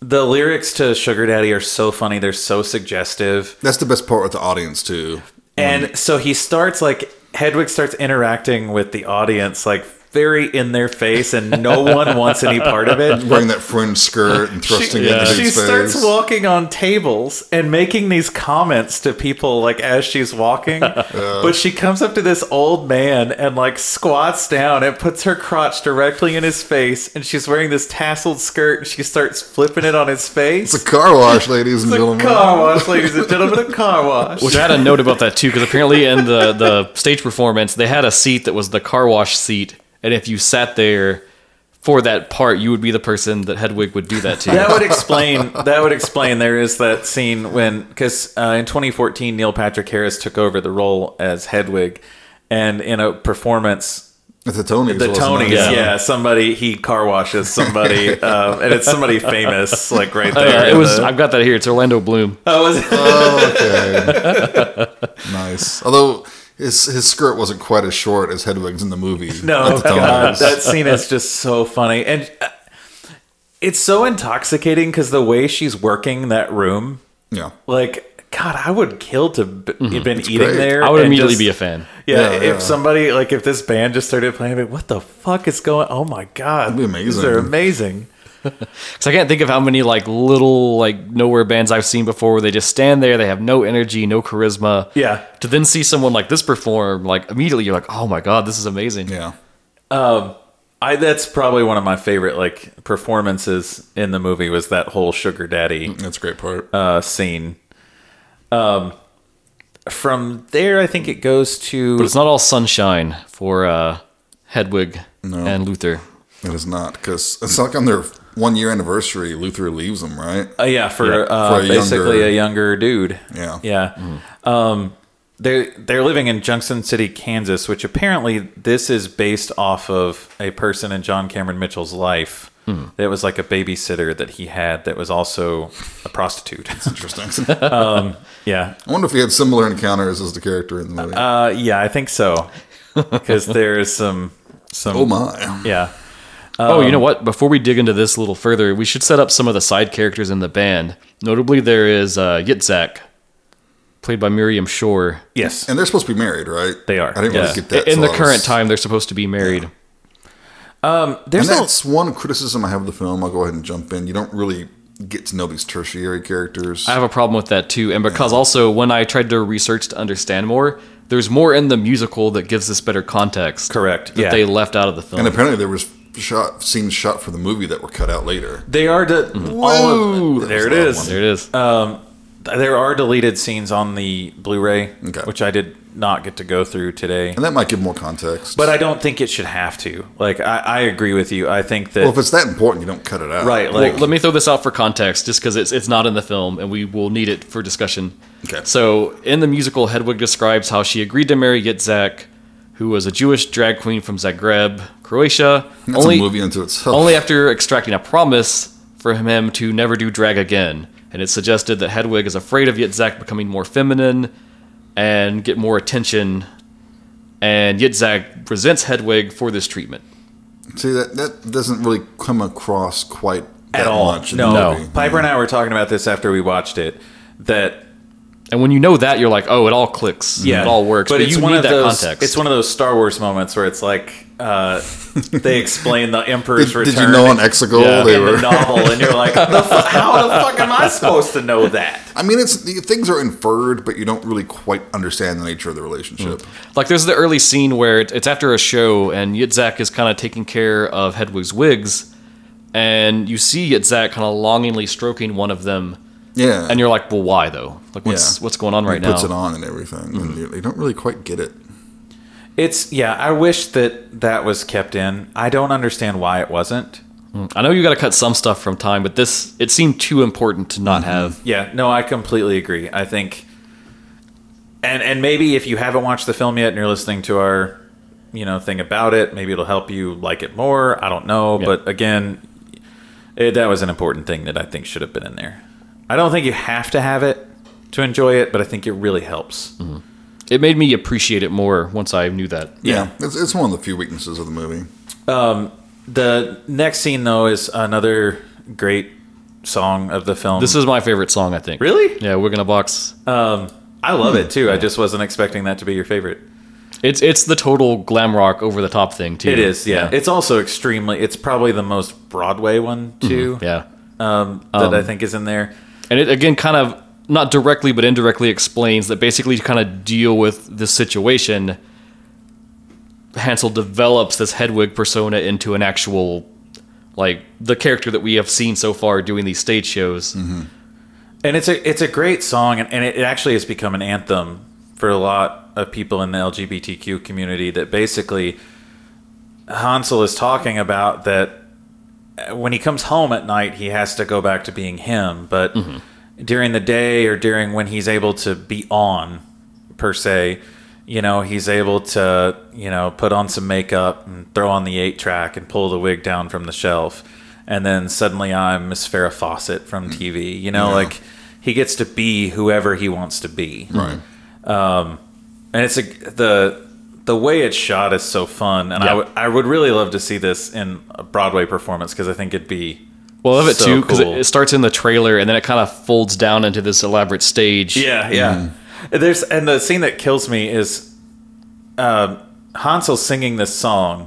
B: the lyrics to "Sugar Daddy" are so funny. They're so suggestive.
C: That's the best part with the audience too. Um,
B: And so he starts like Hedwig starts interacting with the audience like very in their face, and no one wants any part of it.
C: Wearing that fringe skirt and thrusting it
A: yeah.
C: into
B: She
C: his face.
B: starts walking on tables and making these comments to people like as she's walking. But she comes up to this old man and like squats down and puts her crotch directly in his face. And she's wearing this tasseled skirt and she starts flipping it on his face.
C: It's a car wash, ladies and
B: It's a
C: gentlemen.
B: car wash, ladies and gentlemen, a car wash.
A: Which I had a note about that too, because apparently in the the stage performance they had a seat that was the car wash seat, and if you sat there for that part, you would be the person that Hedwig would do that to.
B: that would explain that would explain there is that scene when because uh, in 2014 neil patrick harris took over the role as hedwig and in a performance
C: At the Tonys.
B: the
C: wasn't
B: tonys
C: it?
B: yeah.
A: Yeah.
B: somebody he car washes somebody um, and it's somebody famous like right there
A: Oh, Yeah, it
B: in
A: was.
B: the-
A: I've got that here. It's Orlando Bloom.
B: oh, was it?
C: Oh, okay. nice. Although his his skirt wasn't quite as short as Hedwig's in the movie.
B: no
C: At the Tonys.
B: God, that scene is just so funny and uh, It's so intoxicating because the way she's working that room,
C: Yeah.
B: like, God, I would kill to b- have been eating
C: great.
B: there.
A: I would
B: and
A: immediately
B: just-
A: be a fan.
B: Yeah,
C: Yeah,
B: if
C: yeah.
B: somebody like if this band just started playing, I'd be like, what the fuck is going? Oh my god,
C: be
B: These
C: amazing.
B: are amazing.
A: Because I can't think of how many like little like nowhere bands I've seen before where they just stand there, they have no energy, no charisma.
B: Yeah.
A: To then see someone like this perform, like immediately you're like, oh my god, this is amazing.
C: Yeah.
B: I that's probably one of my favorite like performances in the movie was that whole sugar daddy
C: That's a great part.
B: uh, scene. Um, from there, I think it goes
A: But
B: to
A: it's not all sunshine for uh, Hedwig and Luther.
C: it is not because it's like on their one year anniversary, Luther leaves them, right?
B: uh, yeah for,
A: Yeah,
B: uh,
C: for a
B: basically
C: younger-
B: a younger dude.
C: Yeah. Mm-hmm.
B: Yeah. Um, they're, they're living in Junction City, Kansas, which apparently this is based off of a person in John Cameron Mitchell's life
C: Hmm.
B: that was like a babysitter that he had that was also a prostitute.
C: Interesting.
B: yeah.
C: I wonder if he had similar encounters as the character in the movie.
A: Um,
B: Uh, yeah, I think so. Because there is some. some
C: oh my.
B: Yeah.
C: Um,
A: oh, you know what? Before we dig into this a little further, we should set up some of the side characters in the band. Notably, there is uh, Yitzhak, played by Miriam Shore.
B: Yes.
C: And they're supposed to be married, right?
B: They are,
C: I didn't
B: yeah.
C: really get that.
A: in
C: till
A: the
C: I was-
A: current time, they're supposed to be married.
B: There's
C: And
B: no.
C: that's one criticism I have of the film. I'll go ahead and jump in. You don't really get to know these tertiary characters.
A: I have a problem with that too, and because also when I tried to research to understand more, there's more in the musical that gives this better context.
B: Correct,
A: That
B: yeah.
A: they left out of the film.
C: and apparently there was shot scenes shot for the movie that were cut out later.
B: They are. De- all
C: Mm-hmm. Whoa!
B: of, there it
C: That
B: is.
C: was
A: there it is.
B: There are deleted scenes on the Blu-ray,
C: Okay.
B: which I did not get to go through today.
C: And that might give more context.
B: But I don't think it should have to. Like I, I agree with you. I think that
C: well, if it's that important, you don't cut it out.
B: right.
A: Well,
B: Like
A: let me throw this out for context, just because it's it's not in the film, and we will need it for discussion.
C: Okay.
A: So in the musical, Hedwig describes how she agreed to marry Yitzhak, who was a Jewish drag queen from Zagreb, Croatia.
C: That's a movie unto itself.
A: Only after extracting a promise from him to never do drag again. And it's suggested that Hedwig is afraid of Yitzhak becoming more feminine and get more attention. And Yitzhak resents Hedwig for this treatment.
C: See that that doesn't really come across quite that
B: at all.
C: much. in
B: no,
C: the movie.
B: Piper and I were talking about this after we watched it. That
A: And when you know that, you're like, oh, it all clicks.
B: yeah,
A: It all works. But,
B: it's
A: you
B: one
A: need
B: of
A: that
B: those,
A: context.
B: It's one of those Star Wars moments where it's like uh, they explain the Emperor's
C: Did, did
B: Return.
C: you know in Exegol
A: Yeah.
C: they
B: in
C: were?
B: the novel, and you're like, the fu- how the fuck am I supposed to know that?
C: I mean, it's the things are inferred, but you don't really quite understand the nature of the relationship.
A: Like there's the early scene where it- it's after a show and Yitzhak is kind of taking care of Hedwig's wigs, and you see Yitzhak kind of longingly stroking one of them,
C: Yeah,
A: and you're like, well, why though? Like what's
C: Yeah.
A: what's going on
C: he
A: right now? Mm-hmm.
C: puts it on and everything, and you, you don't really quite get it.
B: It's yeah. I wish that that was kept in. I don't understand why it wasn't.
A: I know you got to cut some stuff from time, but this it seemed too important to
B: Mm-hmm.
A: not have.
B: Yeah, no, I completely agree. I think, and and maybe if you haven't watched the film yet and you're listening to our, you know, thing about it, maybe it'll help you like it more. I don't know,
A: Yeah.
B: but again, it, that was an important thing that I think should have been in there. I don't think you have to have it to enjoy it, but I think it really helps.
A: Mm-hmm. It made me appreciate it more once I knew that.
B: Yeah.
C: it's, it's one of the few weaknesses of the movie.
B: The next scene though is another great song of the film.
A: This is my favorite song, I think.
B: really,
A: Yeah, Wig in a Box.
B: I love it too. I just wasn't expecting that to be your favorite.
A: It's it's the total glam rock over the top thing too.
B: It is, yeah. It's also extremely. It's probably the most Broadway one too.
A: yeah.
B: Mm-hmm. um, that I think is in there.
A: And it again kind of not directly but indirectly explains that basically to kind of deal with this situation, Hansel develops this Hedwig persona into an actual like the character that we have seen so far doing these stage
B: Mm-hmm.
A: shows.
B: And it's a it's a great song, and, and it actually has become an anthem for a lot of people in the LGBTQ community. That basically Hansel is talking about that uh, when he comes home at night, he has to go back to being him, but during the day or during when he's able to be on per se. You know, he's able to, you know, put on some makeup and throw on the eight track and pull the wig down from the shelf. And then suddenly I'm Miss Farrah Fawcett from TV. You know,
C: Yeah.
B: like he gets to be whoever he wants to
A: Mm-hmm.
B: be.
C: Right.
B: And it's a, the the way it's shot is so fun. And I
A: Yeah.
B: would- I would really love to see this in a Broadway performance because I think it'd be
A: Well, I love it
B: So
A: too because
B: cool.
A: it, it starts in the trailer and then it kind of folds down into this elaborate stage.
B: Yeah, yeah. There's and the scene that kills me is uh, Hansel's singing this song.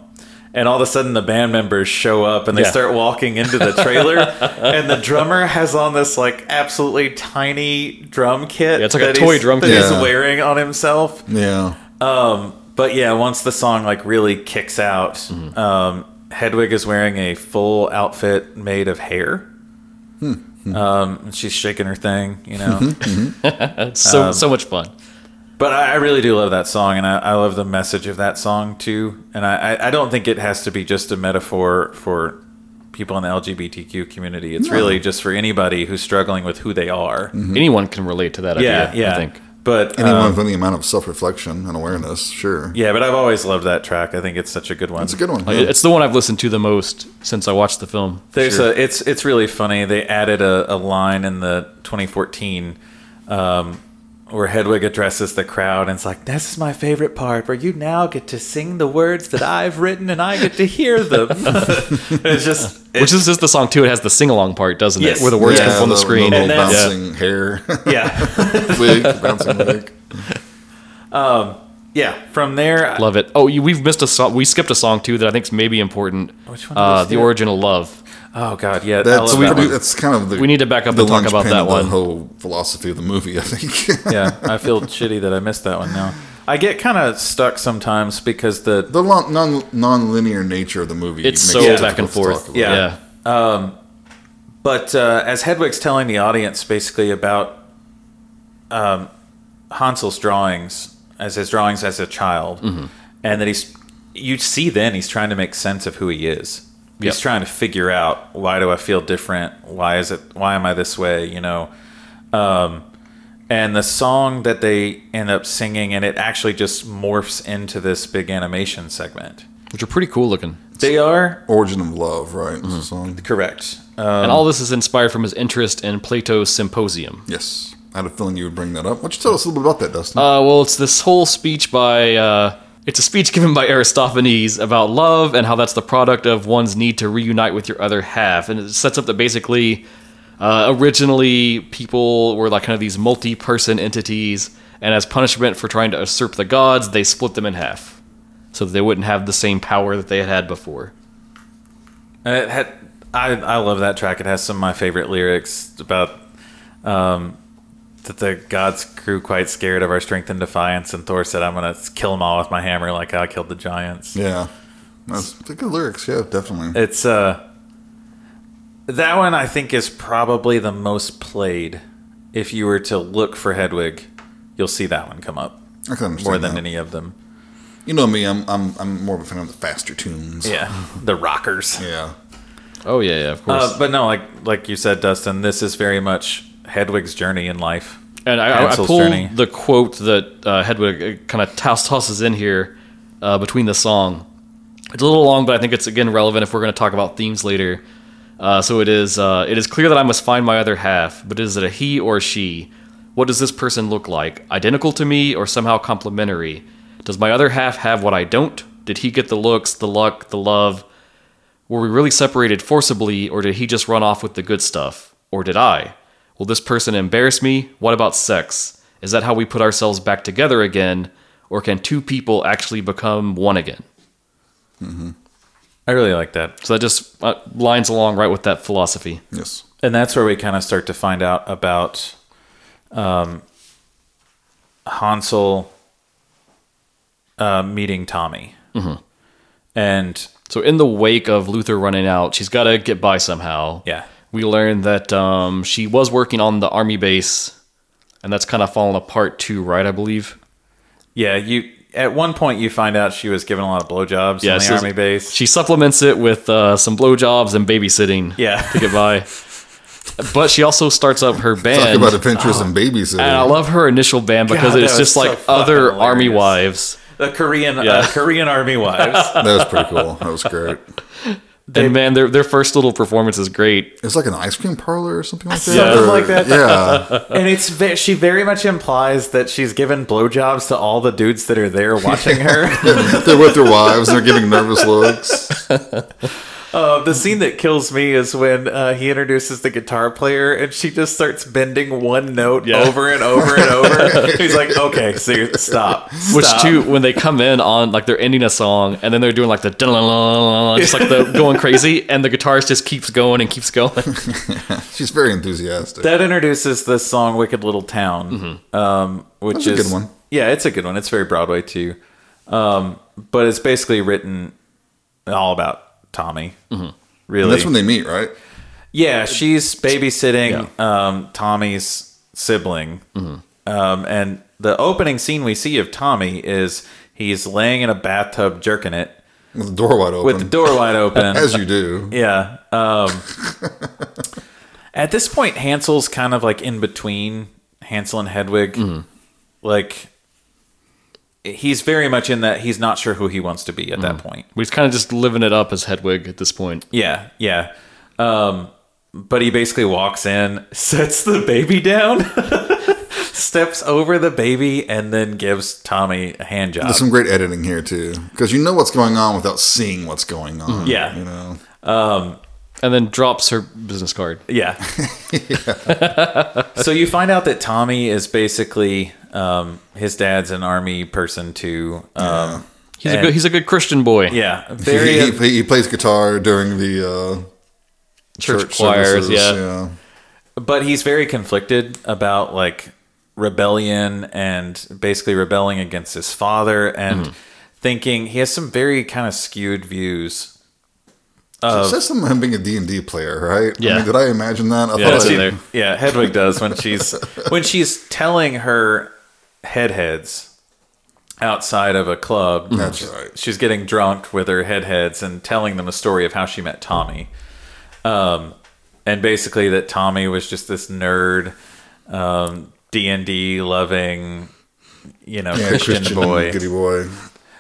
B: And all of a sudden, the band members show up and they
A: Yeah.
B: start walking into the trailer. and the drummer has on this like absolutely tiny drum kit.
A: Yeah, it's like a
B: that
A: toy
B: he's-
A: drum
B: that
A: kit.
B: he's
C: Yeah.
B: wearing on himself.
C: Yeah.
B: But yeah, once the song like really kicks out,
C: Mm-hmm.
B: um, Hedwig is wearing a full outfit made of hair.
C: Hmm.
B: Um, and she's shaking her thing, you know.
C: Mm-hmm.
A: It's so so much fun.
B: But I, I really do love that song, and I, I love the message of that song too. And I, I- I don't think it has to be just a metaphor for people in the LGBTQ community. It's really just for anybody who's struggling with who they are.
A: Anyone can relate to that
B: Yeah,
A: idea.
B: yeah.
A: I think.
B: But um,
C: Anyone with Mm-hmm. any amount of self reflection and awareness, sure.
B: yeah, but I've always loved that track. I think it's such a good one.
C: It's a good one.
A: Like,
C: yeah.
A: It's the one I've listened to the most since I watched the film.
B: There's
A: Sure.
B: a it's it's really funny. They added a, a line in the 2014 um, where Hedwig addresses the crowd and it's like, "This is my favorite part, where you now get to sing the words that I've written and I get to hear them." it's just
A: which is just the song too. It has the sing along part, doesn't
B: Yes.
A: it? Where the words
C: Yeah,
A: come from the,
C: the-
A: screen.
C: The
B: And
C: little
B: that's-
C: bouncing hair
B: yeah
C: wig, bouncing wig.
B: yeah. From there,
A: Love it. Oh, you, we've missed a song. We skipped a song too that I think is maybe important.
B: Which one did we
A: Uh, the
B: skip?
A: origin of love.
B: oh god, yeah, I
C: That's,
B: love that
C: pretty-
B: one.
C: that's kind of the.
A: We need to back up and talk about
C: linchpin
A: that
C: of
A: one.
C: The whole philosophy of the movie, I think.
B: yeah. I feel shitty that I missed that one now. I get kind of stuck sometimes because the
C: the lon- non non-linear nature of the movie.
A: It's
C: makes
A: so
C: it
A: back
C: difficult
A: and
C: to
A: forth.
C: talk about.
B: Yeah.
A: Yeah.
B: But uh, as Hedwig's telling the audience basically about um, Hansel's drawings as his drawings as a child, and that he's you see then he's trying to make sense of who he is.
A: Yep.
B: He's trying to figure out why do I feel different? Why is it? Why am I this way? You know. Um, and the song that they end up singing, and it actually just morphs into this big animation segment.
A: which are pretty cool looking.
B: They are
C: Origin of love, right?
A: Mm-hmm.
C: is the song.
B: correct.
A: and all this is inspired from his interest in Plato's Symposium.
C: Yes, I had a feeling you would bring that up. Why don't you tell us a little bit about that, Dustin?
A: Uh, well, it's this whole speech by. Uh, it's a speech given by Aristophanes about love and how that's the product of one's need to reunite with your other half. And it sets up that basically, uh, originally, people were like kind of these multi person entities, and as punishment for trying to usurp the gods, they split them in half so that they wouldn't have the same power that they had had before.
B: And it had I, I love that track. It has some of my favorite lyrics about um, that the gods grew quite scared of our strength and defiance, and Thor said, "I'm gonna kill them all with my hammer, like I killed the giants."
C: yeah, that's they're good lyrics. Yeah, definitely.
B: It's uh, that one I think is probably the most played. If you were to look for Hedwig, you'll see that one come up
C: I can understand
B: more than
C: that.
B: any of them.
C: You know me, I'm I'm I'm more of a fan of the faster tunes.
B: Yeah, the rockers.
C: Yeah.
A: Oh, yeah, yeah, of course.
B: Uh, but no, like like you said, Dustin, this is very much Hedwig's journey in life.
A: And I, I, I
B: Hansel's
A: pulled
B: journey.
A: the quote that uh, Hedwig kind of toss, tosses in here uh, between the song. It's a little long, but I think it's again relevant if we're going to talk about themes later. Uh, so it is. Uh, it is clear that I must find my other half, but is it a he or a she? What does this person look like? Identical to me or somehow complementary? Does my other half have what I don't? Did he get the looks, the luck, the love? Were we really separated forcibly, or did he just run off with the good stuff? Or did I? Will this person embarrass me? What about sex? Is that how we put ourselves back together again? Or can two people actually become one again?
B: I really like that.
A: So that just uh, lines along right with that philosophy.
C: Yes.
B: and that's where we kind of start to find out about um, Hansel uh, meeting Tommy,
A: Mm-hmm.
B: and
A: So, in the wake of Luther running out, she's got to get by somehow.
B: yeah,
A: We learn that um, she was working on the army base, and that's kind of fallen apart too, right? I believe.
B: yeah. You at one point you find out she was given a lot of blowjobs
A: Yeah,
B: on the
A: so
B: army base.
A: She supplements it with uh, some blowjobs and babysitting.
B: yeah,
A: to get by. But she also starts up her
C: Talk
A: band.
C: about adventures and babysitting.
A: and uh, I love her initial band because
B: God, that
A: it's
B: was
A: just
B: so
A: like
B: fucking
A: other army
B: hilarious.
A: wives.
B: the Korean uh,
A: Yeah.
B: Korean army wives.
C: that was pretty cool. That was great.
A: and man, their their first little performance is great.
C: It's like an ice cream parlor or something like that.
B: Something
C: or-
B: like that.
C: Yeah.
B: and it's ve- she very much implies that she's given blowjobs to all the dudes that are there watching her.
C: they're with their wives and they're giving nervous looks.
B: Uh, the
C: Hmm.
B: scene that kills me is when uh, he introduces the guitar player and she just starts bending one note
A: Yeah.
B: over and over and over. He's like, "Okay, ser- stop, stop."
A: Which too, when they come in on like they're ending a song and then they're doing like the just like the going crazy, and the guitarist just keeps going and keeps going.
C: She's very enthusiastic.
B: that introduces the song "Wicked Little Town," um, which
C: Mm-hmm. That's a
B: is
C: good one.
B: Yeah, it's a good one. It's very Broadway too, um, but it's basically written all about Tommy. Really,
C: Mm-hmm. and that's when they meet, right?
B: Yeah, she's babysitting um, Tommy's sibling. Um, and the opening scene we see of Tommy is he's laying in a bathtub jerking it
C: With the door wide open.
B: with the door wide open.
C: As you do.
B: yeah. Um, at this point, Hansel's kind of like in between Hansel and Hedwig. Like, he's very much in that he's not sure who he wants to be at that point.
A: He's kind of just living it up as Hedwig at this point.
B: Yeah, yeah. Um, but he basically walks in, sets the baby down, steps over the baby, and then gives Tommy a hand job.
C: There's some great editing here, too. Because you know what's going on without seeing what's going on.
B: Yeah.
C: You know?
A: And then drops her business card.
B: yeah. so you find out that Tommy is basically um, his dad's an army person too. Um,
A: He's a
B: And-
A: good he's a good Christian boy.
B: yeah. very. uh,
C: He, he, he plays guitar during the uh,
A: Church,
C: church
A: choirs,
C: services,
A: yeah.
B: but he's very conflicted about like rebellion and basically rebelling against his father and thinking he has some very kind of skewed views.
C: it says something about him being a D&D player, right? I
A: Yeah.
C: mean, did I imagine that? I
A: Yeah,
C: thought
A: that's
C: I-
A: in there.
B: Yeah, Hedwig does when she's when she's telling her headheads outside of a club.
C: Mm-hmm. That's
B: she's-
C: right.
B: She's getting drunk with her headheads and telling them a story of how she met Tommy. Um, and basically that Tommy was just this nerd, um, D and D loving, you know,
C: yeah,
B: Christian, boy.
C: Goody boy.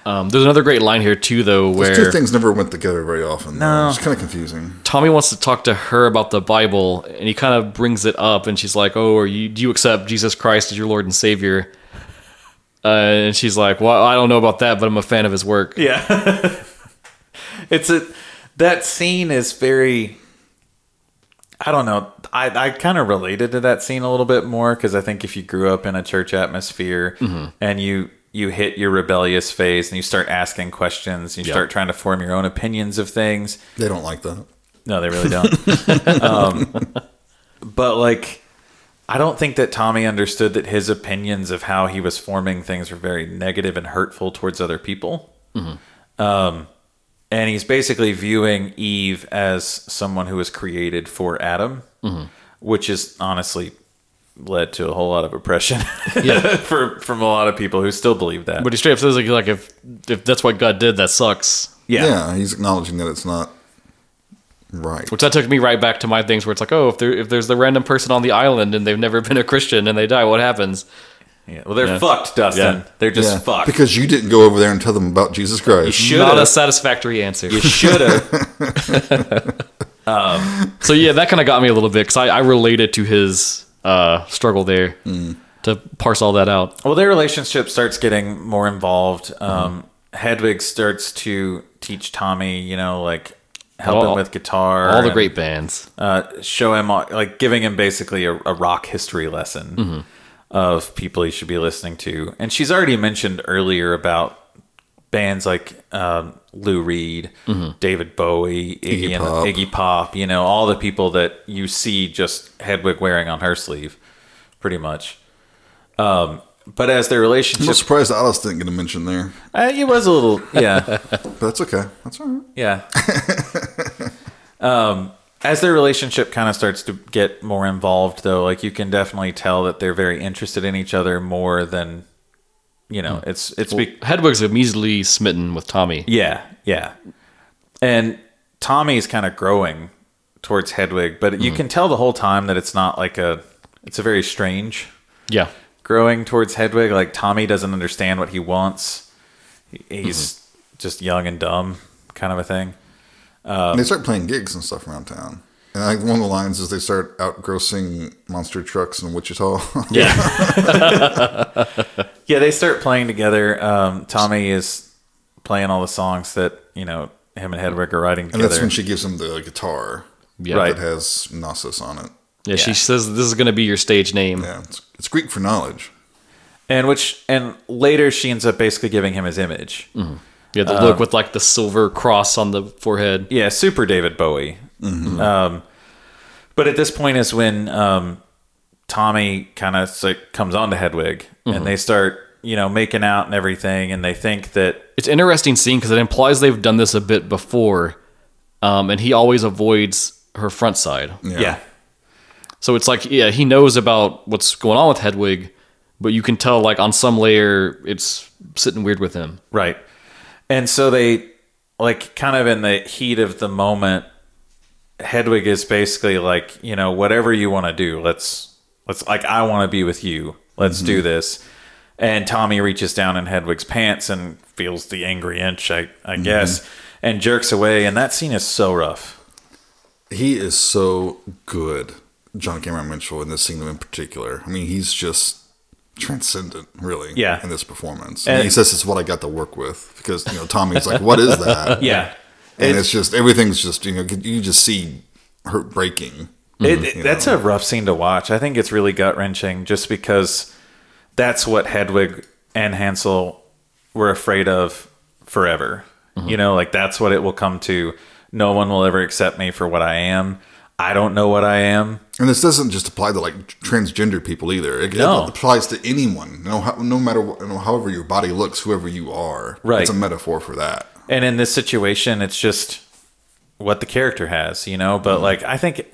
A: Um, there's another great line here too, though, where
C: Two things never went together very often.
B: No.
C: though. It's kind of confusing.
A: Tommy wants to talk to her about the Bible, and he kind of brings it up, and she's like, "Oh, are you do you accept Jesus Christ as your Lord and Savior?" Uh, and she's like, "Well, I don't know about that, but I'm a fan of his work."
B: Yeah. it's a that scene is very I don't know. I, I kind of related to that scene a little bit more because I think if you grew up in a church atmosphere and you you hit your rebellious phase and you start asking questions, you start trying to form your own opinions of things.
C: They don't like that.
B: No, they really don't. um, but like, I don't think that Tommy understood that his opinions of how he was forming things were very negative and hurtful towards other people. Um, and he's basically viewing Eve as someone who was created for Adam, which is honestly led to a whole lot of oppression for from a lot of people who still believe that.
A: But he straight up says like, like if if that's what God did, that sucks.
C: Yeah.
B: yeah,
C: he's acknowledging that it's not right.
A: Which that took me right back to my things where it's like, oh, if there if there's the random person on the island and they've never been a Christian and they die, what happens?
B: yeah. well, they're
A: Yeah.
B: fucked, Dustin.
A: Yeah.
B: They're just
C: Yeah,
B: fucked.
C: Because you didn't go over there and tell them about Jesus Christ.
B: Should've.
A: Not a satisfactory answer.
B: you should have.
A: so yeah, that kind of got me a little bit because I, I related to his uh, struggle there
B: Hmm.
A: to parse all that out.
B: Well, their relationship starts getting more involved.
A: Mm-hmm.
B: Um, Hedwig starts to teach Tommy, you know, like help him
A: All-
B: with guitar,
A: All the
B: and,
A: great bands.
B: uh, show him all- like giving him basically a, a rock history lesson of people he should be listening to. And she's already mentioned earlier about bands like um, Lou Reed, David Bowie, Iggy,
C: Iggy
B: and
C: Pop.
B: Iggy Pop. You know, all the people that you see just Hedwig wearing on her sleeve, pretty much. Um, but as their
C: I'm
B: relationship
C: not surprised that Alice didn't get a mention there,
B: uh, he was a little, yeah,
C: but that's okay. That's all right.
B: yeah. um, as their relationship kind of starts to get more involved, though, like you can definitely tell that they're very interested in each other more than, you know, it's it's be-
A: Hedwig's immediately smitten with Tommy.
B: yeah, yeah. And Tommy's kind of growing towards Hedwig, but you can tell the whole time that it's not like a, it's a very strange
A: Yeah.
B: growing towards Hedwig. Like Tommy doesn't understand what he wants. He- He's just young and dumb, kind of a thing.
C: and they start playing gigs and stuff around town. And I think one of the lines is they start outgrossing monster trucks in Wichita.
A: Yeah.
B: Yeah, they start playing together. Um, Tommy is playing all the songs that you know him and Hedwig are riding
C: And
B: together.
C: that's when she gives him the guitar
A: Yeah.
B: Right.
C: that has Gnosis on it.
A: Yeah, she
B: Yeah.
A: says this is going to be your stage name.
C: Yeah, it's, it's Greek for knowledge.
B: and which and later she ends up basically giving him his image.
C: Mm-hmm.
A: Yeah, the look with like the silver cross on the forehead.
B: Yeah, super David Bowie.
C: Mm-hmm.
B: Um, but at this point is when um, Tommy kind of like, comes on to Hedwig,
C: Mm-hmm.
B: and they start you know making out and everything, and they think that
A: It's an interesting scene because it implies they've done this a bit before, um, and he always avoids her front side.
B: yeah.
A: So it's like, yeah, he knows about what's going on with Hedwig, but you can tell like on some layer it's sitting weird with him.
B: right, and so they like kind of in the heat of the moment, Hedwig is basically like you know whatever you want to do, let's let's like I want to be with you, let's
C: Mm-hmm.
B: do this. And Tommy reaches down in Hedwig's pants and feels the angry inch, I, I
C: Mm-hmm.
B: guess, and jerks away. And that scene is so rough.
C: He is so good, John Cameron Mitchell, in this scene in particular. I mean, he's just transcendent, really,
B: Yeah.
C: in this performance.
B: And-
C: And, he says it's what I got to work with because, you know, Tommy's like, what is that?
B: Yeah.
C: And it's just, everything's just, you know, you just see her breaking.
B: It, it- that's a rough scene to watch. I think it's really gut wrenching just because that's what Hedwig and Hansel were afraid of forever. You know, like that's what it will come to. No one will ever accept me for what I am. I don't know what I am.
C: And this doesn't just apply to like transgender people either. It, it
B: No.
C: applies to anyone. No, how, no matter what, you know, however your body looks, whoever you are,
B: Right.
C: It's a metaphor for that.
B: And in this situation, it's just what the character has, you know? But like, I think,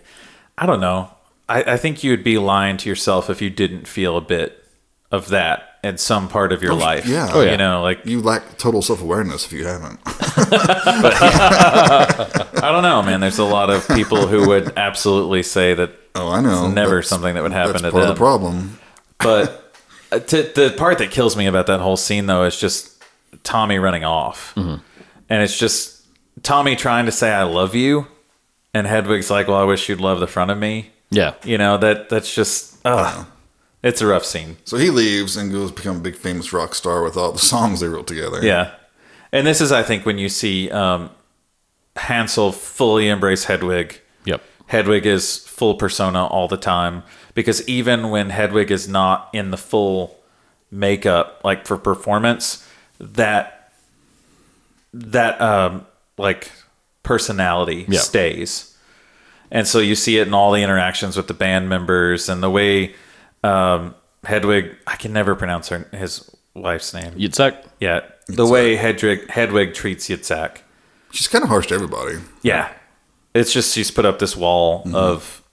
B: I don't know. I, I think you'd be lying to yourself if you didn't feel a bit of that in some part of your life.
C: yeah. Oh, yeah.
B: You know, like,
C: You lack total self awareness if you haven't.
B: I don't know, man. There's a lot of people who would absolutely say that,
C: Oh, I know.
B: never
C: That's-
B: something that would happen
C: that's
B: to
C: part
B: them.
C: of the problem.
B: but uh, to, the part that kills me about that whole scene though is just Tommy running off, and it's just Tommy trying to say "I love you," and Hedwig's like, "Well, I wish you'd love the front of me."
A: Yeah.
B: You know that that's just uh, it's a rough scene.
C: So he leaves and goes become a big famous rock star with all the songs they wrote together.
B: Yeah, and this is I think when you see um, Hansel fully embrace Hedwig.
A: Yep.
B: Hedwig is full persona all the time because even when Hedwig is not in the full makeup, like for performance, that that um, like personality
A: Yeah.
B: stays, and so you see it in all the interactions with the band members and the way um, Hedwig. I can never pronounce her his wife's name
A: Yitzhak.
B: yet. The way Hedwig Hedwig treats Yitzhak.
C: She's kind of harsh to everybody.
B: Yeah. It's just she's put up this wall
C: Mm-hmm.
B: of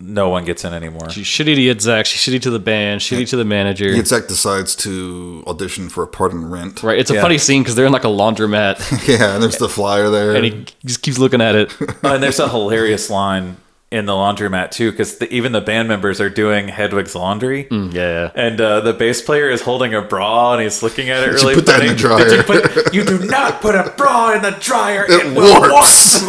B: no one gets in anymore.
A: She's shitty to Yitzhak. She's shitty to the band. Shitty to the manager.
C: Yitzhak decides to audition for a part in Rent.
A: Right. It's a
B: Yeah.
A: funny scene because they're in like a laundromat
C: Yeah, and there's the flyer there.
A: and he just keeps looking at it.
B: Oh, and there's a hilarious line in the laundromat too because even the band members are doing Hedwig's laundry.
C: Mm-hmm.
A: Yeah.
B: And uh, the bass player is holding a bra and he's looking at it
C: you
B: really
C: put that
B: funny.
C: in the
B: Did you, put- you do not put a bra in the dryer. It,
C: it
B: will
C: works.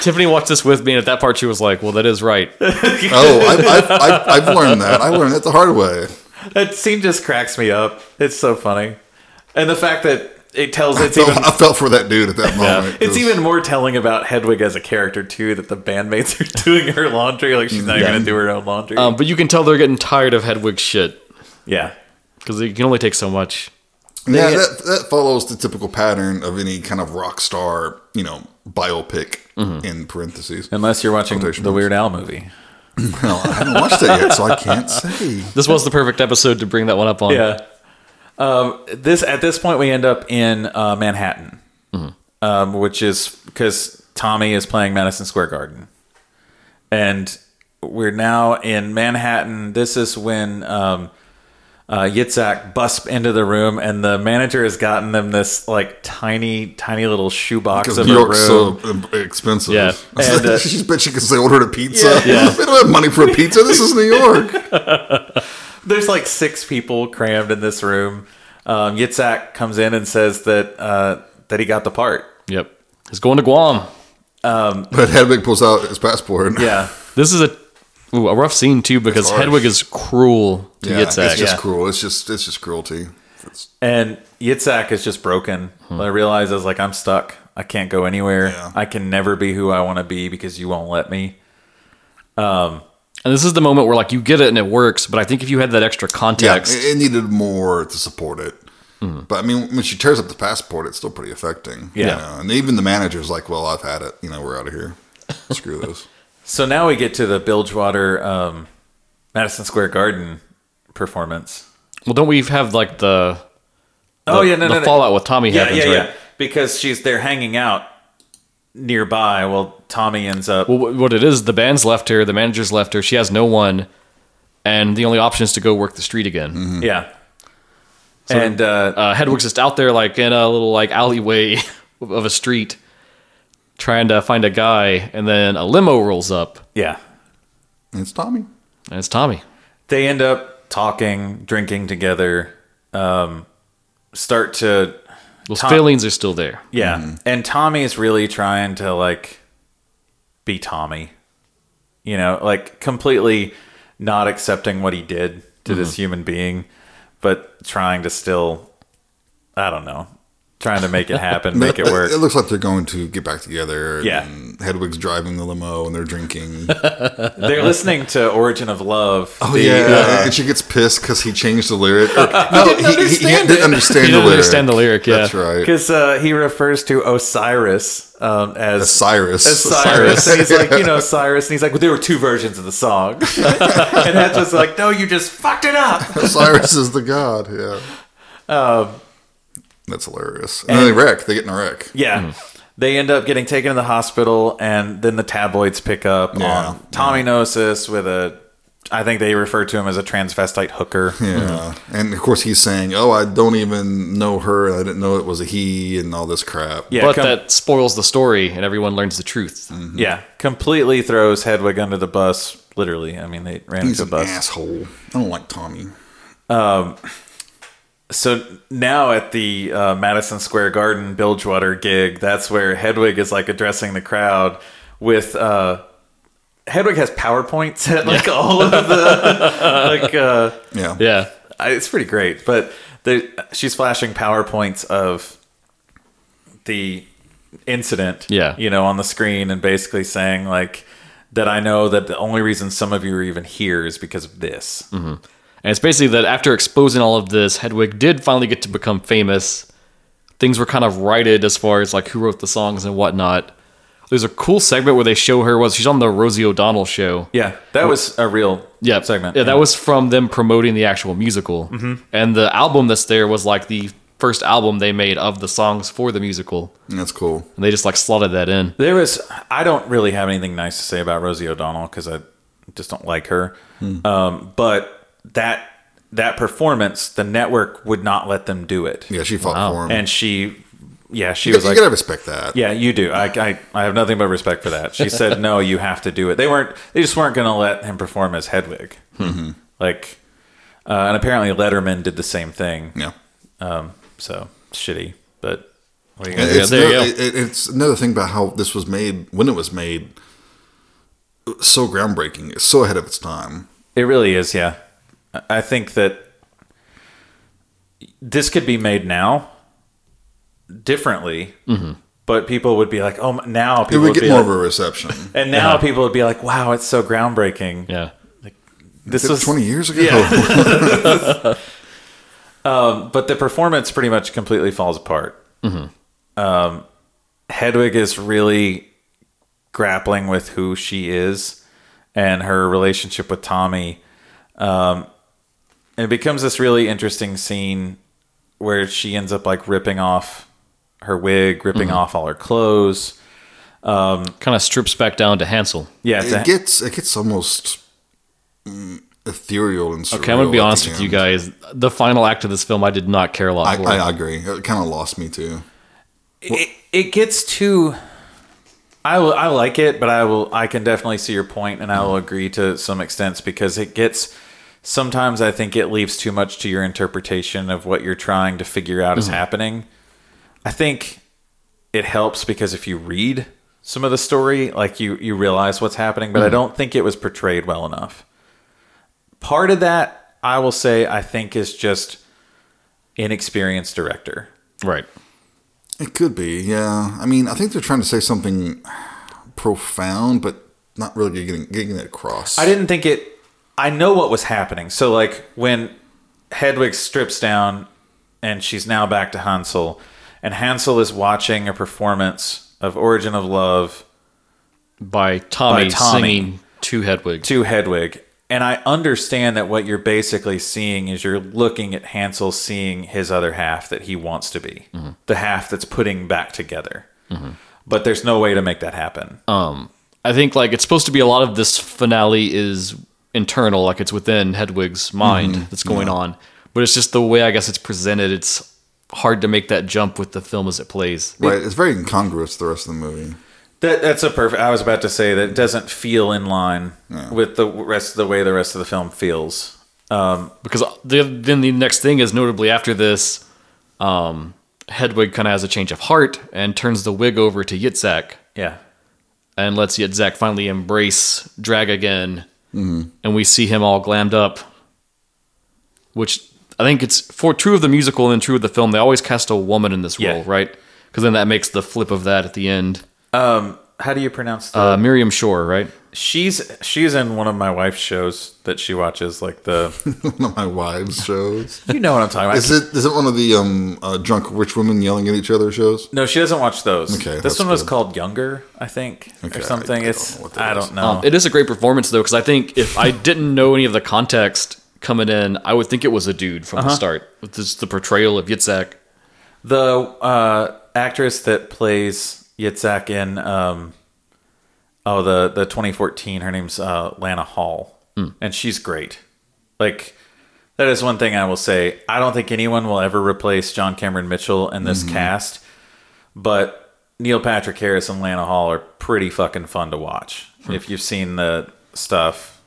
A: Tiffany watched this with me, and at that part she was like, "Well, that is right."
C: oh, I, I, I, I've learned that. I learned that the hard way.
B: That scene just cracks me up. It's so funny. And the fact that it tells it's
C: So
B: even
C: I felt for that dude at that moment.
B: It's
C: 'cause-
B: even more telling about Hedwig as a character too that the bandmates are doing her laundry. Like she's not
C: Yeah.
B: even gonna do her own laundry.
A: Um, but you can tell they're getting tired of Hedwig's shit
B: yeah,
A: because it can only take so much.
C: yeah.
B: they-
C: That, that follows the typical pattern of any kind of rock star, you know, biopic
B: Mm-hmm.
C: in parentheses.
B: unless you're watching
C: Quotation
B: the
C: marks.
B: Weird Al movie.
C: No, I haven't watched it yet, so I can't say.
A: This was the perfect episode to bring that one up on.
B: Yeah. Um, this at this point we end up in uh, Manhattan, um, which is because Tommy is playing Madison Square Garden, and we're now in Manhattan. This is when um, uh, Yitzhak busts into the room, and the manager has gotten them this like tiny, tiny little shoebox
C: Because
B: of
C: New
B: a room.
C: York's so um, expensive.
A: Yeah.
B: And, uh,
C: She's bet she can say ordered a pizza. they don't have money for a pizza. This is New York.
B: there's like six people crammed in this room. Um, Yitzhak comes in and says that uh, that he got the part.
A: Yep. He's going to Guam.
C: But Hedwig pulls out his passport.
B: Yeah.
A: This is a ooh, a rough scene too because
C: It's harsh.
A: Hedwig is cruel to
C: Yeah, it's
A: Yitzhak.
C: just
B: uh, Yeah.
C: cruel. It's just it's just cruelty. It's-
A: Hmm.
B: And Yitzhak is just broken. I realize I was like, I'm stuck. I can't go anywhere.
C: Yeah.
B: I can never be who I want to be because you won't let me.
A: And this is the moment where like you get it and it works, but I think if you had that extra
C: Yeah,
A: context,
C: it, it needed more to support it. But I mean, when she tears up the passport, it's still pretty affecting. you
B: Mm-hmm. Yeah.
C: know? and even the manager's like, "Well, I've had it. You know, we're out of here. Screw this."
B: So now we get to the Bilgewater um, Madison Square Garden performance.
A: well, don't we have like the,
B: oh
A: the-
B: yeah, no,
A: the
B: no, no.
A: fallout with Tommy
B: Yeah,
A: happens,
B: yeah,
A: right?
B: yeah. Because she's they're hanging out nearby while Tommy ends up.
A: Well, wh- what it is, the band's left her, the manager's left her, she has no one, and the only option is to go work the street again.
C: Mm-hmm.
B: yeah. and uh,
A: Hmm. Uh, Hedwig's just out there, like in a little like alleyway of a street, trying to find a guy, and then a limo rolls up,
B: yeah,
C: And it's Tommy.
A: and it's Tommy.
B: they end up talking, drinking together. Um, start to
A: Those
B: Tom-
A: feelings are still there.
B: yeah,
C: Mm.
B: and Tommy's really trying to like be Tommy, you know, like completely not accepting what he did to
C: Mm-hmm.
B: this human being, but trying to still, I don't know, trying to make it happen, make it work.
C: It looks like they're going to get back together.
B: Yeah.
C: and Hedwig's driving the limo, and they're drinking.
B: They're listening to Origin of Love.
C: Oh
B: the-
C: yeah, and she gets pissed because he changed the lyric. Or, no,
B: didn't
C: he, he- he
B: understand it.
C: didn't understand
A: He
C: the
A: didn't
C: lyric.
A: understand the lyric, yeah.
C: that's right.
B: Because uh, he refers to Osiris um, as
C: Cyrus.
B: As Cyrus, and he's like, you know, Cyrus, and he's like, well, there were two versions of the song, and that's just like, no, you just fucked it up.
C: Cyrus is the god. Yeah. That's hilarious. And, then they wreck. They get in a wreck.
B: Yeah,
C: Hmm.
B: they end up getting taken to the hospital, and then the tabloids pick up
C: Yeah,
B: on Tommy Gnosis with a, I think they refer to him as a transvestite hooker.
C: Yeah. And of course he's saying, "Oh, I don't even know her. I didn't know it was a he," and all this crap.
B: Yeah,
A: but
B: come-
A: that spoils the story, and everyone learns the truth.
C: Mm-hmm. Hmm.
B: yeah, completely throws Hedwig under the bus. Literally, I mean, they ran
C: He's
B: into a
C: an
B: bus.
C: asshole. I don't like Tommy.
B: So now at the uh, Madison Square Garden Bilgewater gig, that's where Hedwig is like addressing the crowd with. Uh, Hedwig has PowerPoints at like all of the like. Uh,
C: Yeah.
A: Yeah,
B: I- it's pretty great, but the, she's flashing PowerPoints of the incident.
A: Yeah.
B: you know, on the screen and basically saying like that. I know that the only reason some of you are even here is because of this.
A: Mm-hmm. and it's basically that after exposing all of this, Hedwig did finally get to become famous. Things were kind of righted as far as like who wrote the songs and whatnot. There's a cool segment where they show her was she's on the Rosie O'Donnell show.
B: Yeah, that was a real
A: yeah
B: segment.
A: Yeah, Mm-hmm. that was from them promoting the actual musical, and the album that's there was like the first album they made of the songs for the musical,
C: That's cool.
A: and they just like slotted that in.
B: There was. I don't really have anything nice to say about Rosie O'Donnell because I just don't like her.
A: Hmm.
B: Um, but that that performance, the network would not let them do it,
C: Yeah, she fought for him.
B: and she, yeah, she
C: you,
B: was like,
C: gotta respect that.
B: yeah, you do. I, I I have nothing but respect for that. She said, no, you have to do it. They weren't. They just weren't going to let him perform as Hedwig.
C: Mm-hmm.
B: Like, uh, and apparently Letterman did the same thing.
C: Yeah.
B: So shitty, but. what are you
C: And
B: gonna do?
C: it's,
A: there you
C: no-
A: go.
C: it- it's another thing about how this was made when it was made. it was So groundbreaking. It's so ahead of its time.
B: It really is, yeah. I- I think that this could be made now differently, but people would be like, "Oh, m- now
C: Mm-hmm. It
B: people
C: would
B: would,
C: get
B: be
C: more
B: like,
C: of a reception.
B: and now people would be like, "Wow, it's so groundbreaking."
A: Yeah,
B: This
C: Is it
B: was
C: 20 years ago?
B: but the performance pretty much completely falls apart. Um, Hedwig is really grappling with who she is and her relationship with Tommy. Um, and it becomes this really interesting scene where she ends up like ripping off her wig, ripping off all her clothes.
A: kind of strips back down to Hansel.
B: Yeah, it's a-
C: it gets it gets almost mm, ethereal and surreal.
A: Okay, I'm gonna be
C: at the
A: honest with you
C: end.
A: guys. The final act of this film, I did not care a lot
C: I,
A: for.
C: I agree. It kind of lost me too.
B: it, it gets too I, will, I like it but i will i can definitely see your point and i will agree to some extent because it gets sometimes i think it leaves too much to your interpretation of what you're trying to figure out is happening i think it helps because if you read some of the story like you you realize what's happening but i don't think it was portrayed well enough part of that i will say i think is just inexperienced director
A: right.
C: It could be, yeah. I mean, I think they're trying to say something profound, but not really getting getting it across.
B: I didn't think it. I know what was happening. So like when Hedwig strips down and she's now back to Hansel, and Hansel is watching a performance of Origin of Love
A: by Tommy,
B: By Tommy.
A: singing to Hedwig.
B: to Hedwig. And I understand that what you're basically seeing is you're looking at Hansel seeing his other half that he wants to be, the half that's putting back together. But there's no way to make that happen.
A: I think like it's supposed to be a lot of this finale is internal, like it's within Hedwig's
B: Mm-hmm.
A: mind that's going on. But it's just the way I guess it's presented. It's hard to make that jump with the film as it plays.
C: right? It's very incongruous to the rest of the movie.
B: That that's a perfect. I was about to say that it doesn't feel in line with the rest of the way the rest of the film feels.
A: Because the, then the next thing is notably after this, um, Hedwig kind of has a change of heart and turns the wig over to Yitzhak
B: Yeah,
A: and lets Yitzhak finally embrace drag again. And we see him all glammed up, which I think it's for true of the musical and then true of the film. They always cast a woman in this
B: Yeah.
A: role, right? Because then that makes the flip of that at the end.
B: Um, How do you pronounce the?
A: Uh, Miriam Shore, right?
B: she's she's in one of my wife's shows that she watches, like the.
C: One of my wives shows.
B: you know what I'm talking about.
C: Is it is it one of the um uh, drunk rich women yelling at each other shows?
B: no, she doesn't watch those.
C: Okay,
B: this
C: that's
B: one was
C: good.
B: called Younger, I think,
C: Okay,
B: or something.
C: I
B: it's
C: don't know what that
B: I
C: is.
B: don't know.
A: Um, it is a great performance though, because I think if I didn't know any of the context coming in, I would think it was a dude from the start. With Just the portrayal of Yitzhak.
B: the uh, actress that plays Yitzhak in um, oh the the 2014 her name's uh, Lana Hall and she's great like that is one thing I will say I don't think anyone will ever replace John Cameron Mitchell in this cast but Neil Patrick Harris and Lana Hall are pretty fucking fun to watch if you've seen the stuff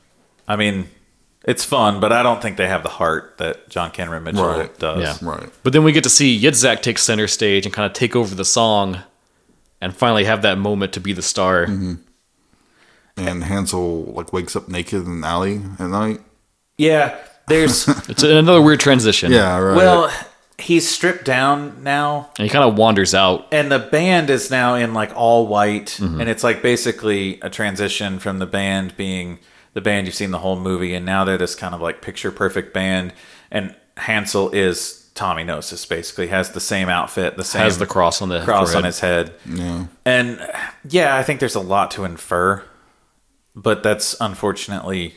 B: I mean it's fun but I don't think they have the heart that John Cameron Mitchell
C: Right.
B: does
A: Yeah.
C: Right.
A: But then we get to see Yitzhak take center stage and kind of take over the song, and finally have that moment to be the star.
C: Mm-hmm. And Hansel like wakes up naked in an alley at night.
B: yeah there's
A: It's another weird transition.
C: Yeah. Right.
B: Well, he's stripped down now,
A: and he kind of wanders out.
B: and the band is now in like all white,
A: Mm-hmm.
B: and it's like basically a transition from the band being the band you've seen the whole movie, and now they're this kind of like picture perfect band, and Hansel is Tommy Gnosis, basically has the same outfit, the same
A: Has the cross on the
B: cross on
A: forehead.
B: his head,
C: yeah.
B: and yeah, I think there's a lot to infer, but that's unfortunately.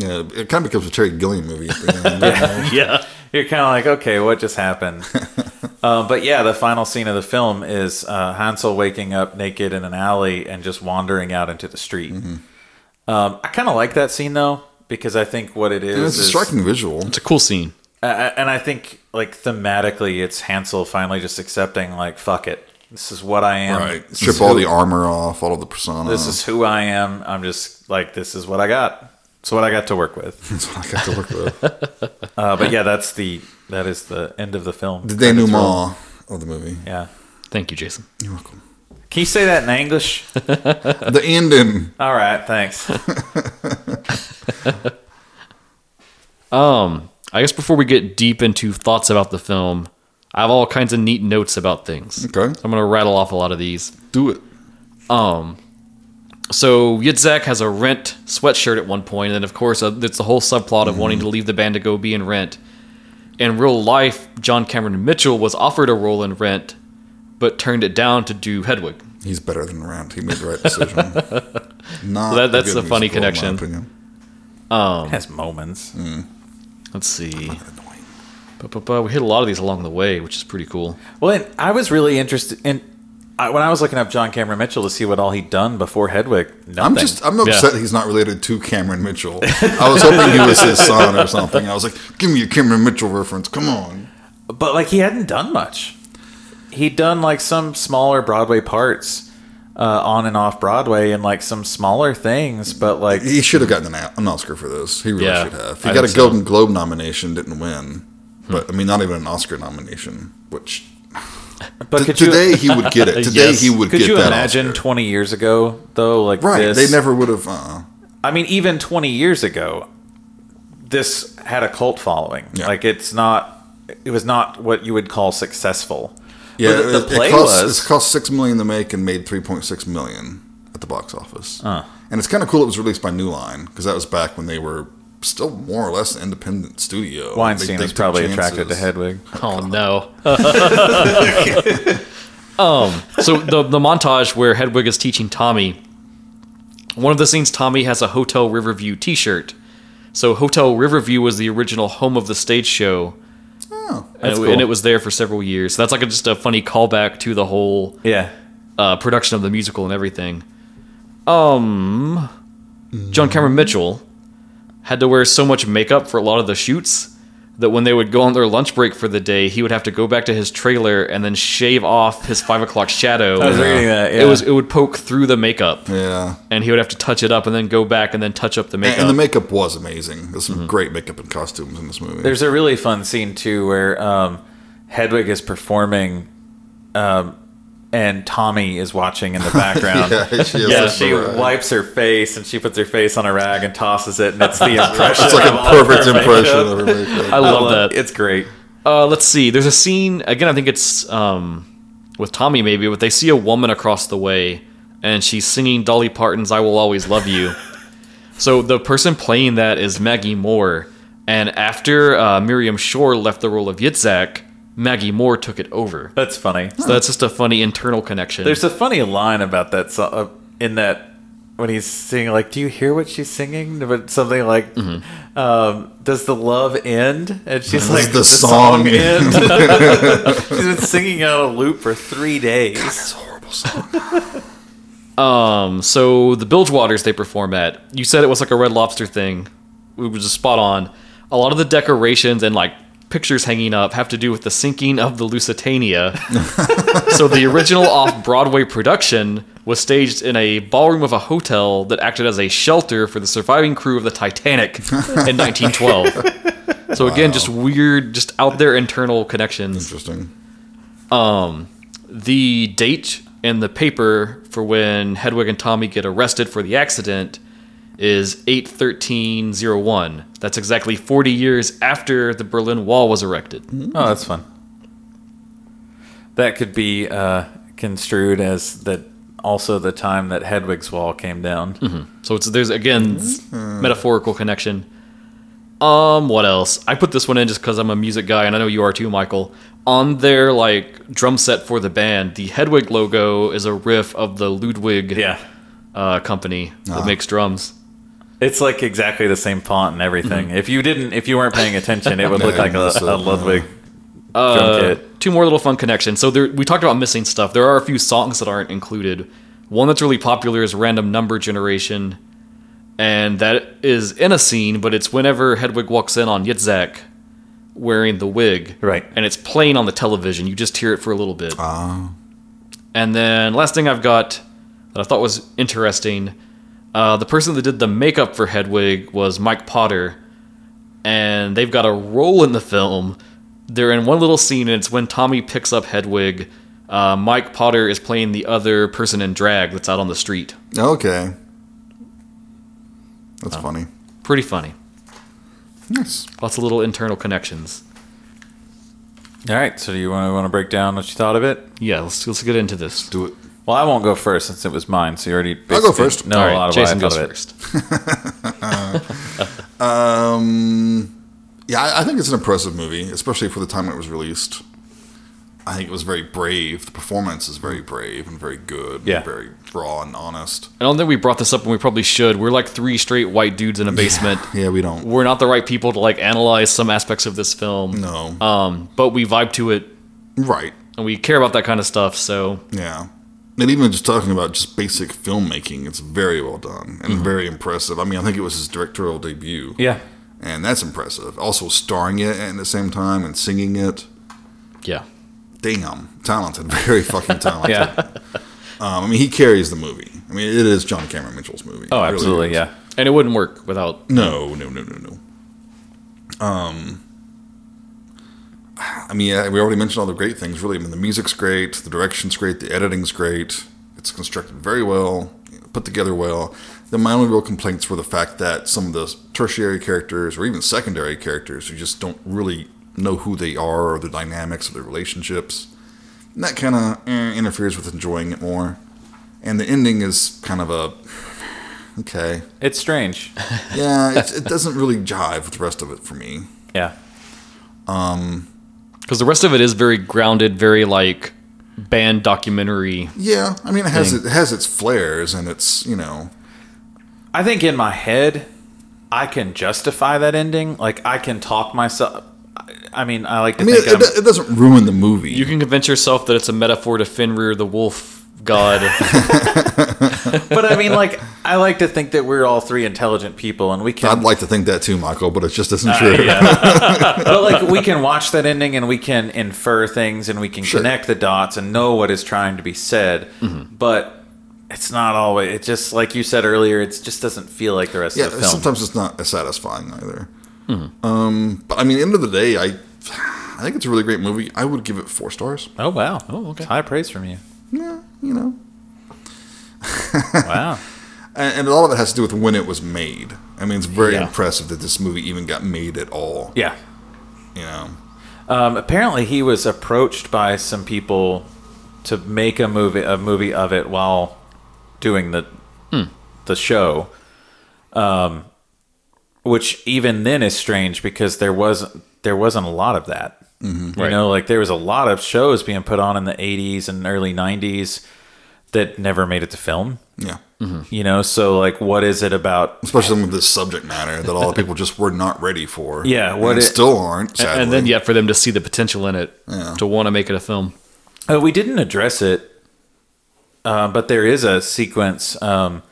C: Yeah. It kind of becomes a Terry Gilliam movie. At the end, you know?
A: Yeah,
B: You're kind of like, okay, what just happened? uh, but yeah, the final scene of the film is uh, Hansel waking up naked in an alley and just wandering out into the street.
C: Mm-hmm.
B: Um, I kind of like that scene though because I think what it is,
C: And it's a
B: is
C: striking visual.
A: it's a cool scene.
B: uh, and I think like thematically, it's Hansel finally just accepting like, fuck it, this is what I am.
C: Right.
B: This
C: Strip
B: is
C: all
B: who-
C: the armor off, all of the persona.
B: This is who I am. I'm just like, this is what I got. It's what I got to work with.
C: That's what I got to work with.
B: Uh, but yeah, that's the that is the end of the film.
C: The
B: Credits roll.
C: denouement of the movie.
B: Yeah.
A: Thank you, Jason.
C: You're welcome.
B: Can you say that in English?
C: The ending.
B: All right, thanks.
A: I guess before we get deep into thoughts about the film, I have all kinds of neat notes about things.
C: Okay.
A: I'm gonna rattle off a lot of these.
C: Do it.
A: Um, So Yitzhak has a rent sweatshirt at one point, and then of course uh, it's the whole subplot of wanting to leave the band to go be in Rent. In real life, John Cameron Mitchell was offered a role in Rent, but turned it down to do Hedwig.
C: He's better than Rent. He made the right decision. Not
A: That- that's
C: a
A: the
C: good
A: funny
C: musical, in my
A: connection.
C: opinion. Um,
B: It has moments.
C: mm.
A: Let's see.
C: Annoying.
A: Ba-ba-ba, We hit a lot of these along the way, which is pretty cool.
B: Well, and I was really interested in I, when I was looking up John Cameron Mitchell to see what all he'd done before Hedwig. Nothing.
C: I'm just I'm upset he's not related to Cameron Mitchell. I was hoping he was his son or something. I was like, give me a Cameron Mitchell reference. Come on.
B: but like he hadn't done much. He'd done like some smaller Broadway parts, uh, on and off Broadway, and like some smaller things. But like,
C: He should have gotten an, a- an Oscar for this. He really
A: Yeah,
C: should have. He
A: I
C: got a
A: think so.
C: Golden Globe nomination, didn't win. But I mean, not even an Oscar nomination. Which
B: but could you
C: today he would get it. Today
A: Yes.
C: he would
B: could
C: get
B: you
C: that
B: imagine
C: Oscar.
B: 20 years ago though? Like
C: Right?
B: this,
C: They never would have. Uh,
B: I mean, even 20 years ago, this had a cult following.
C: Yeah.
B: Like, it's not, it was not what you would call successful. But
C: Yeah,
B: the- the
C: it- it
B: play
C: cost-
B: was-
C: it cost six million to make and made three point six million at the box office. And it's kind of cool. It was released by New Line because that was back when they were still more or less an independent studio. They-
B: Weinstein
C: they
B: was
C: took
B: probably attracted to
C: chances.
B: Hedwig.
A: Oh no. um. So the the montage where Hedwig is teaching Tommy. One of the scenes, Tommy has a Hotel Riverview T-shirt. So Hotel Riverview was the original home of the stage show,
C: Oh,
A: and, it,
B: That's
A: and
B: cool.
A: it was there for several years. So that's like a, just a funny callback to the whole
B: Yeah.
A: uh, production of the musical and everything. Um, John Cameron Mitchell had to wear so much makeup for a lot of the shoots that when they would go on their lunch break for the day, he would have to go back to his trailer and then shave off his five o'clock shadow.
B: I was reading that. Yeah.
A: It was it would poke through the makeup,
C: yeah.
A: and he would have to touch it up and then go back and then touch up the
C: And,
A: makeup.
C: and the makeup was amazing. There's some great makeup and costumes in this movie.
B: Mm-hmm. There's a really fun scene too where um, Hedwig is performing, um, and Tommy is watching in the background.
C: yeah, she has
A: Yeah,
C: such a
B: She
C: variety.
B: wipes her face and she puts her face on a rag and tosses it, and it's the impression.
C: It's like
B: of
C: a
B: all
C: perfect
B: her
C: impression
B: makeup.
C: of her makeup.
A: I love that.
B: It's great.
A: Uh, let's see. There's a scene again. I think it's um, with Tommy maybe, but they see a woman across the way, and she's singing Dolly Parton's "I Will Always Love You." so the person playing that is Maggie Moore, and after uh, Miriam Shore left the role of Yitzhak, Maggie Moore took it over.
B: That's funny.
A: So that's just a funny internal connection.
B: There's a funny line about that so- uh, in that when he's singing, like, "Do you hear what she's singing?" But something like, um, "Does the love end?" And she's like,
C: the song
B: end?" she's been singing on a loop for three days.
C: It's a horrible song.
A: Um, so the bilge waters they perform at, you said it was like a Red Lobster thing, which was spot on. A lot of the decorations and like pictures hanging up have to do with the sinking of the Lusitania. so the original off Broadway production was staged in a ballroom of a hotel that acted as a shelter for the surviving crew of the Titanic in 1912. So again, just weird, just out there internal connections
C: Interesting.
A: the date in the paper for when Hedwig and Tommy get arrested for the accident is 81301. That's exactly 40 years after the Berlin Wall was erected.
B: Oh, that's fun. That could be uh, construed as that also the time that Hedwig's wall came down.
A: So it's there's again s- metaphorical connection. Um, what else? I put this one in just because I'm a music guy, and I know you are too, Michael. On their like drum set for the band, the Hedwig logo is a riff of the Ludwig
B: Yeah,
A: uh, company that makes drums.
B: it's like exactly the same font and everything. If you didn't, if you weren't paying attention, it would
C: Yeah,
B: look like a,
C: that's
B: a
C: a-
B: Ludwig drum
A: Uh,
B: kit.
A: two more little fun connections. So there, we talked about missing stuff. There are a few songs that aren't included. One that's really popular is "Random Number Generation," and that is in a scene, but it's whenever Hedwig walks in on Yitzhak wearing the wig,
B: Right.
A: And it's playing on the television. You just hear it for a little bit.
C: Ah,
A: And then last thing I've got that I thought was interesting. Uh, the person that did the makeup for Hedwig was Mike Potter, and they've got a role in the film. They're in one little scene, and it's when Tommy picks up Hedwig. Uh, Mike Potter is playing the other person in drag that's out on the street.
C: Okay. That's
B: Oh.
C: funny.
A: Pretty funny.
C: Nice.
A: Lots of little internal connections.
B: All right, so do you want to, want to break down what you thought of it?
A: Yeah, let's let's get into this.
C: Do it.
B: Well, I won't go first since it was mine. So you already.
C: I'll go
B: basically
C: first.
B: know
A: All
B: a
A: right,
B: lot of
A: Jason
B: what I
A: goes
B: thought of it.
A: first.
C: Yeah, I, I think it's an impressive movie, especially for the time it was released. I think it was very brave. The performance is very brave and very good.
B: Yeah.
C: And very raw and honest.
A: I don't think we brought this up, and we probably should. We're like three straight white dudes in a basement.
C: Yeah, we don't.
A: We're not the right people to like analyze some aspects of this film.
C: No.
A: Um, but we vibe to it
C: right.
A: and we care about that kind of stuff. So
C: Yeah. And even just talking about just basic filmmaking, it's very well done and very impressive. I mean, I think it was his directorial debut.
B: Mm-hmm. Yeah,
C: And that's impressive. Also starring it at the same time and singing it.
A: yeah,
C: Damn. Talented. Very fucking talented.
B: yeah.
C: Um, I mean, he carries the movie. I mean, it is John Cameron Mitchell's movie. It
B: Oh,
C: really
B: absolutely.
C: is.
B: Yeah.
A: and it wouldn't work without
C: No, no, no, no, no. Um, I mean, yeah, we already mentioned all the great things. Really, I mean, the music's great, the direction's great, the editing's great. It's constructed very well, put together well. Then my only real complaints were the fact that some of the tertiary characters or even secondary characters, you just don't really know who they are or their dynamics or their relationships. And that kind of eh, interferes with enjoying it more. And the ending is kind of a okay.
B: It's strange.
C: Yeah, it, it doesn't really jive with the rest of it for me.
B: Yeah.
A: Because the rest of it is very grounded, very like band documentary.
C: Yeah, I mean it has
A: Thing.
C: it has its flares and it's you know
B: I think in my head, I can justify that ending. Like I can talk myself. I- I mean, I like to
C: I mean it,
B: think I'm,
C: it, it doesn't ruin the movie.
A: You can convince yourself that it's a metaphor to Fenrir the wolf god.
B: but I mean, like I like to think that we're all three intelligent people, and we can.
C: I'd like to think that too, Michael, but it just isn't true.
B: but like we can watch that ending and we can infer things and we can
C: Sure. Mm-hmm.
B: connect the dots and know what is trying to be said but it's not always it just like you said earlier it just doesn't feel like the rest
C: Yeah,
B: of the film
C: sometimes it's not as satisfying either.
B: Hmm.
C: Um, but I mean, end of the day, I I think it's a really great movie. I would give it four stars.
B: oh wow
A: Oh, okay.
B: high praise from you
C: Yeah, you know,
B: wow
C: and, and a lot of it has to do with when it was made. I mean, it's very
B: Yeah.
C: impressive that this movie even got made at all.
B: yeah
C: You know,
B: um, apparently he was approached by some people to make a movie a movie of it while doing the the show um which even then is strange because there wasn't there wasn't a lot of that you
A: Right.
B: know like there was a lot of shows being put on in the 80s and early 90s that never made it to film
C: yeah,
B: you know so like what is it about
C: especially with this subject matter that all the people just were not ready for.
B: Yeah, what
C: and
B: it-
C: still aren't. Sadly.
A: and then yet for them to see the potential in it
C: Yeah.
A: to want to make it a film.
B: Uh, we didn't address it, uh, but there is a sequence um,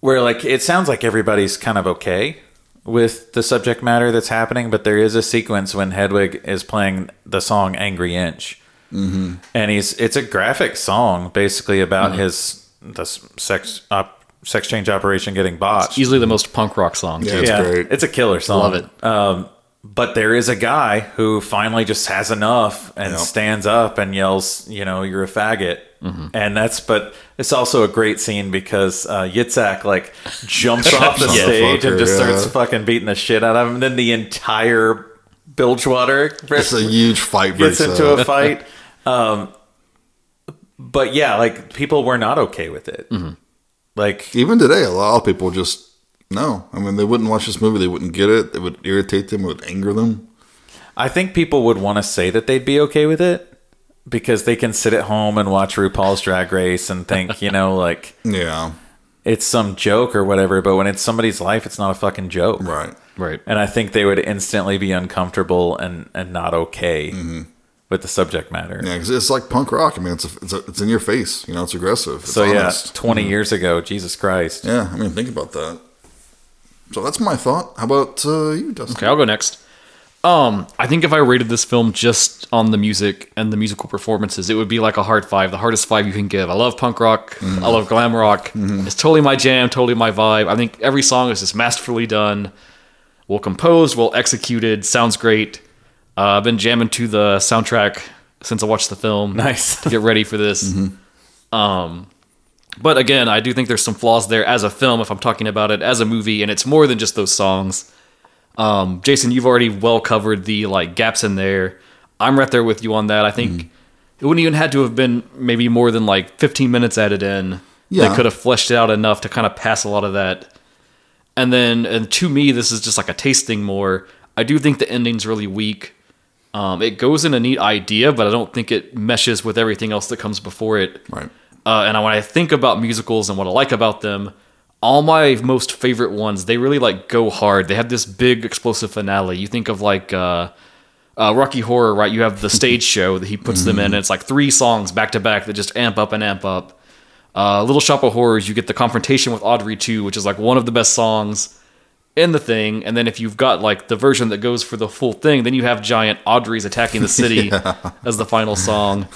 B: where, like, it sounds like everybody's kind of okay with the subject matter that's happening, but there is a sequence when Hedwig is playing the song "Angry Inch," and he's it's a graphic song basically about his the s- sex op, sex change operation getting botched.
A: Easily the most punk rock song.
C: Yeah.
A: too.
C: It's great.
B: It's a killer song.
A: Love it.
B: Um, but there is a guy who finally just has enough and
C: Yep.
B: stands up and yells, you know, you're a faggot.
C: Mm-hmm.
B: And that's, but it's also a great scene because uh, Yitzhak like jumps off the
C: Jumps on the
B: stage and
C: fucker,
B: just starts
C: yeah.
B: fucking beating the shit out of him. And then the entire Bilgewater
C: it's a huge fight
B: gets
C: breaks
B: into
C: out.
B: a fight. Um, but yeah, like people were not okay with it.
C: Mm-hmm.
B: Like
C: even today, a lot of people just no. I mean, they wouldn't watch this movie. They wouldn't get it. It would irritate them. It would anger them.
B: I think people would want to say that they'd be okay with it because they can sit at home and watch RuPaul's Drag Race and think, you know, like
C: Yeah,
B: it's some joke or whatever. But when it's somebody's life, it's not a fucking joke.
C: right.
A: Right.
B: And I think they would instantly be uncomfortable and, and not okay with the subject matter.
C: Mm-hmm. Yeah, 'cause it's like punk rock. I mean, it's a, it's, a, it's in your face. You know, it's aggressive. It's
B: So yeah,
C: honest. Mm-hmm.
B: 20 years ago, Jesus Christ.
C: yeah. I mean, think about that. So that's my thought. How about uh, you, Dustin?
A: Okay, I'll go next. Um, I think if I rated this film just on the music and the musical performances, it would be like a hard five, the hardest five you can give. I love punk rock. I love glam rock. It's totally my jam, totally my vibe. I think every song is just masterfully done, well composed, well executed. Sounds great. Uh, I've been jamming to the soundtrack since I watched the film
B: Nice.
A: to get ready for this. Um, but again, I do think there's some flaws there as a film. If I'm talking about it as a movie, and it's more than just those songs. Um, Jason, you've already well covered the like gaps in there. I'm right there with you on that. I think it wouldn't even had to have been maybe more than like 15 minutes added in.
C: Yeah.
A: They could have fleshed it out enough to kind of pass a lot of that. And then, and to me, this is just like a taste thing more. I do think the ending's really weak. Um, it goes in a neat idea, but I don't think it meshes with everything else that comes before it.
C: Right.
A: Uh, and when I think about musicals and what I like about them, all my most favorite ones, they really like go hard. They have this big explosive finale. You think of like uh, uh, Rocky Horror, right? You have the stage show that he puts them in, and it's like three songs back to back that just amp up and amp up. Uh, Little Shop of Horrors, you get the confrontation with Audrey 2, which is like one of the best songs in the thing. And then if you've got like the version that goes for the full thing, then you have Giant Audrey's attacking the city as the final song.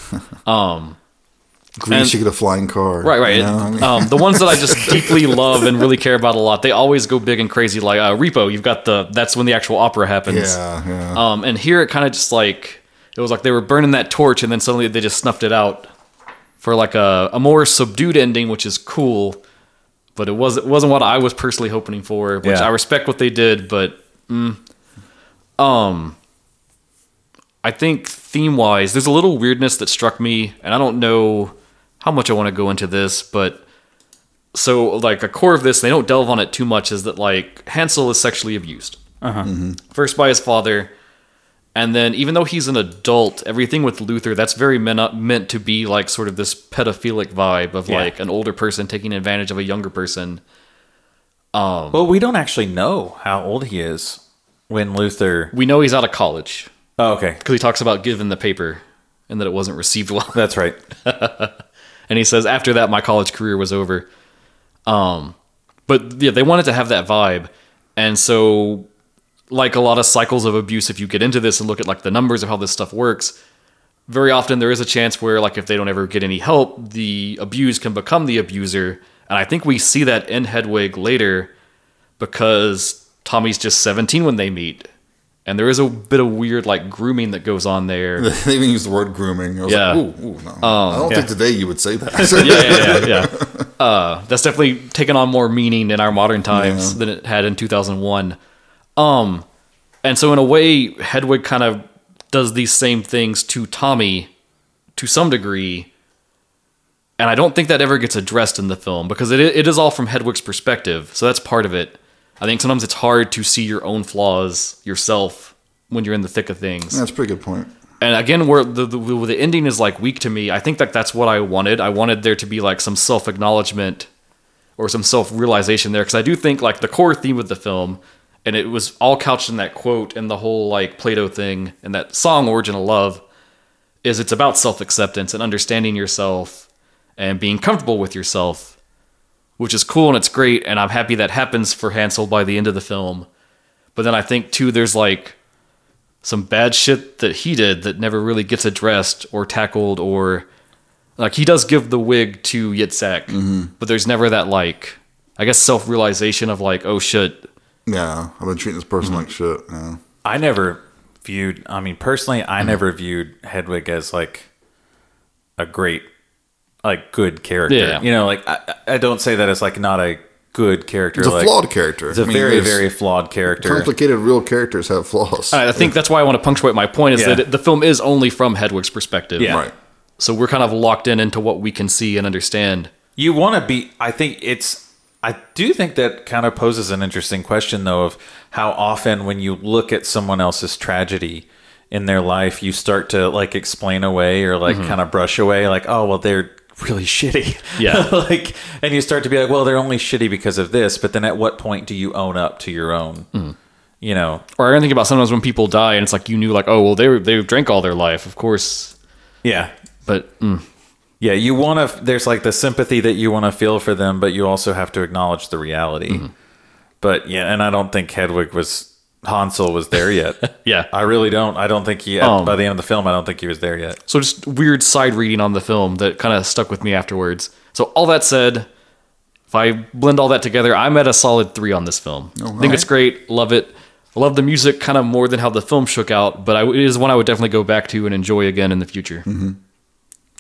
C: Grease,
A: And-
C: you get a flying car.
A: Right, right.
C: You know, I mean,
A: um, the ones that I just deeply love and really care about a lot, they always go big and crazy. Like uh, Repo, you've got the that's when the actual opera happens.
C: yeah, yeah.
A: Um, and here it kind of just like it was like they were burning that torch, and then suddenly they just snuffed it out for like a, a more subdued ending, which is cool. But it was it wasn't what I was personally hoping for, which
B: Yeah.
A: I respect what they did, but mm. um, I think theme wise, there's a little weirdness that struck me, and I don't know how much I want to go into this, but so like a core of this, they don't delve on it too much, is that like Hansel is sexually abused. First by his father, and then even though he's an adult, everything with Luther, that's very men- meant to be like sort of this pedophilic vibe of
B: Yeah.
A: like an older person taking advantage of a younger person.
C: Um,
B: Well, we don't actually know how old he is when Luther.
A: We know he's out of college
B: Oh, okay.
A: because he talks about giving the paper and that it wasn't received well.
B: That's right.
A: and he says after that my college career was over um but yeah they wanted to have that vibe and so like a lot of cycles of abuse if you get into this and look at like the numbers of how this stuff works very often there is a chance where like if they don't ever get any help the abused can become the abuser and i think we see that in hedwig later because tommy's just 17 when they meet and there is a bit of weird like grooming that goes on there
C: They even use the word grooming. I was
A: Yeah.
C: like, ooh, ooh, no.
B: Oh,
C: I don't think today you would say that.
A: yeah, yeah, yeah. Uh, that's definitely taken on more meaning in our modern times than it had in 2001. Um, and so in a way, Hedwig kind of does these same things to Tommy to some degree, and I don't think that ever gets addressed in the film because it it is all from Hedwig's perspective. So that's part of it. I think sometimes it's hard to see your own flaws yourself when you're in the thick of things
C: That's a pretty good point.
A: and again where the, the where the ending is like weak to me i think that that's what i wanted i wanted there to be like some self-acknowledgement or some self-realization there because i do think like the core theme of the film and it was all couched in that quote and the whole like plato thing and that song origin of love is it's about self-acceptance and understanding yourself and being comfortable with yourself which is cool and it's great and i'm happy that happens for hansel by the end of the film but then i think too there's like some bad shit that he did that never really gets addressed or tackled or like he does give the wig to Yitzhak, but there's never that like I guess self realization of like oh shit
C: Yeah, I've been treating this person like shit. Yeah.
B: I never viewed. I mean, personally, I
A: Mm-hmm.
B: never viewed Hedwig as like a great, like good character.
A: Yeah.
B: You know, like I, I don't say that as like not a good character.
C: It's a
B: like,
C: flawed character.
B: It's a
C: I mean,
B: very,
C: there's-
B: very flawed character.
C: Complicated real characters have flaws.
A: I think that's why I want to punctuate my point is
B: Yeah.
A: that the film is only from Hedwig's perspective
B: Yeah.
C: Right.
A: so we're kind of locked in into what we can see and understand
B: You want to be. I think it's. I do think that kind of poses an interesting question, though, of how often when you look at someone else's tragedy in their life, you start to like explain away or like kind of brush away, like, oh, well, they're really shitty.
A: Yeah.
B: like, and you start to be like, well, they're only shitty because of this. But then at what point do you own up to your own? You know,
A: or I think about sometimes when people die and it's like you knew like oh well they were, they drank all their life of course
B: yeah.
A: but mm,
B: Yeah, you want to. There's like the sympathy that you want to feel for them, but you also have to acknowledge the reality. But yeah, and I don't think Hedwig was Hansel was there yet.
A: yeah
B: I really don't. I don't think he.
A: Um,
B: by the end of the film, I don't think he was there yet.
A: So just weird side reading on the film that kind of stuck with me afterwards. So all that said, if I blend all that together, I'm at a solid three on this film. I think it's great. Love it. I love the music kind of more than how the film shook out, but I, it is one I would definitely go back to and enjoy again in the future.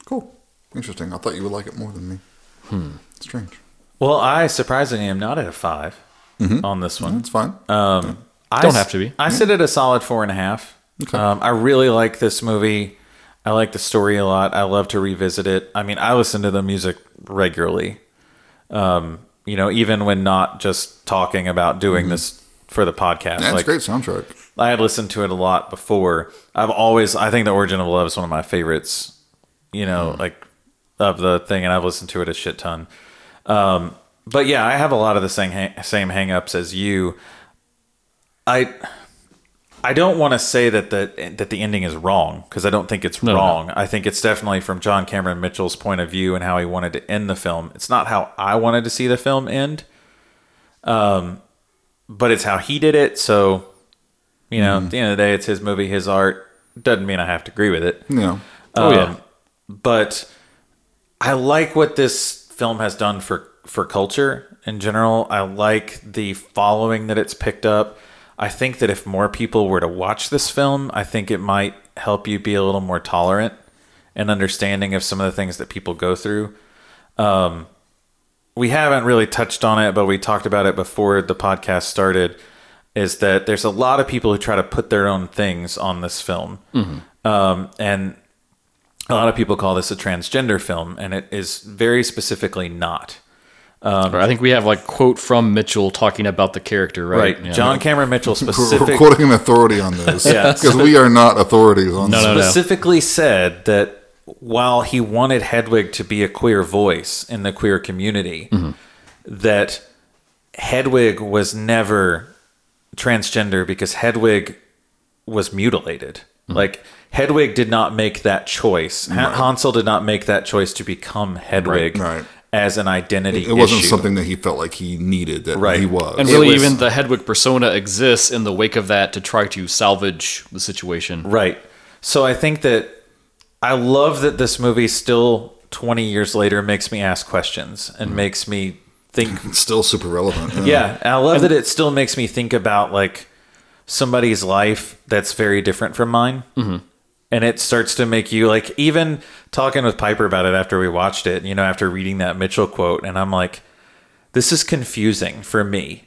C: Cool. Interesting. I thought you would like it more than me. Hmm. Strange.
B: Well, I surprisingly am not at a 5 on this one.
C: That's fine.
B: I
A: Don't
B: s-
A: have to be.
B: I sit at a solid four and a half.
C: Okay.
B: Um, I really like this movie. I like the story a lot. I love to revisit it. I mean, I listen to the music regularly. Um, you know, even when not just talking about doing
A: Mm-hmm.
B: this for the podcast.
C: That's
B: like
C: great soundtrack.
B: I had listened to it a lot before. I've always I think The Origin of Love is one of my favorites. You know,
A: Mm.
B: like of the thing, and I've listened to it a shit ton. Um, but yeah, I have a lot of the same hang- same hangups as you. I I don't want to say that the that the ending is wrong because I don't think it's
A: no.
B: wrong. I think it's definitely from John Cameron Mitchell's point of view and how he wanted to end the film. It's not how I wanted to see the film end, um, but it's how he did it. So you know, at the end of the day, it's his movie, his art. Doesn't mean I have to agree with it.
C: You know,
A: Oh, yeah.
B: But I like what this film has done for for culture in general. I like the following that it's picked up. I think that if more people were to watch this film, I think it might help you be a little more tolerant and understanding of some of the things that people go through. Um, we haven't really touched on it, but we talked about it before the podcast started. Is that there's a lot of people who try to put their own things on this film Um, and a lot of people call this a transgender film, and it is very specifically not.
A: I think we have like quote from Mitchell talking about the character, right? Yeah.
B: John Cameron Mitchell
C: We're, we're
B: specific,
C: quoting an authority on this
B: Yeah.
C: because we are not authorities on
A: No,
C: this.
A: no, no.
B: specifically said that while he wanted Hedwig to be a queer voice in the queer community,
C: Mm-hmm.
B: that Hedwig was never transgender because Hedwig was mutilated.
C: Mm-hmm.
B: Like Hedwig did not make that choice. Han- Hansel did not make that choice to become Hedwig
C: Right.
B: as an identity.
C: It wasn't
B: issue.
C: something that he felt like he needed that
B: Right.
C: he was.
A: And really,
B: It was-
A: even the Hedwig persona exists in the wake of that to try to salvage the situation.
B: Right. So I think that I love that this movie still 20 years later makes me ask questions and makes me think.
C: It's still super relevant.
B: Yeah. And I love that it still makes me think about like somebody's life that's very different from mine. Mm-hmm. And it starts to make you like, even talking with Piper about it after we watched it, you know, after reading that Mitchell quote, and I'm like, this is confusing for me.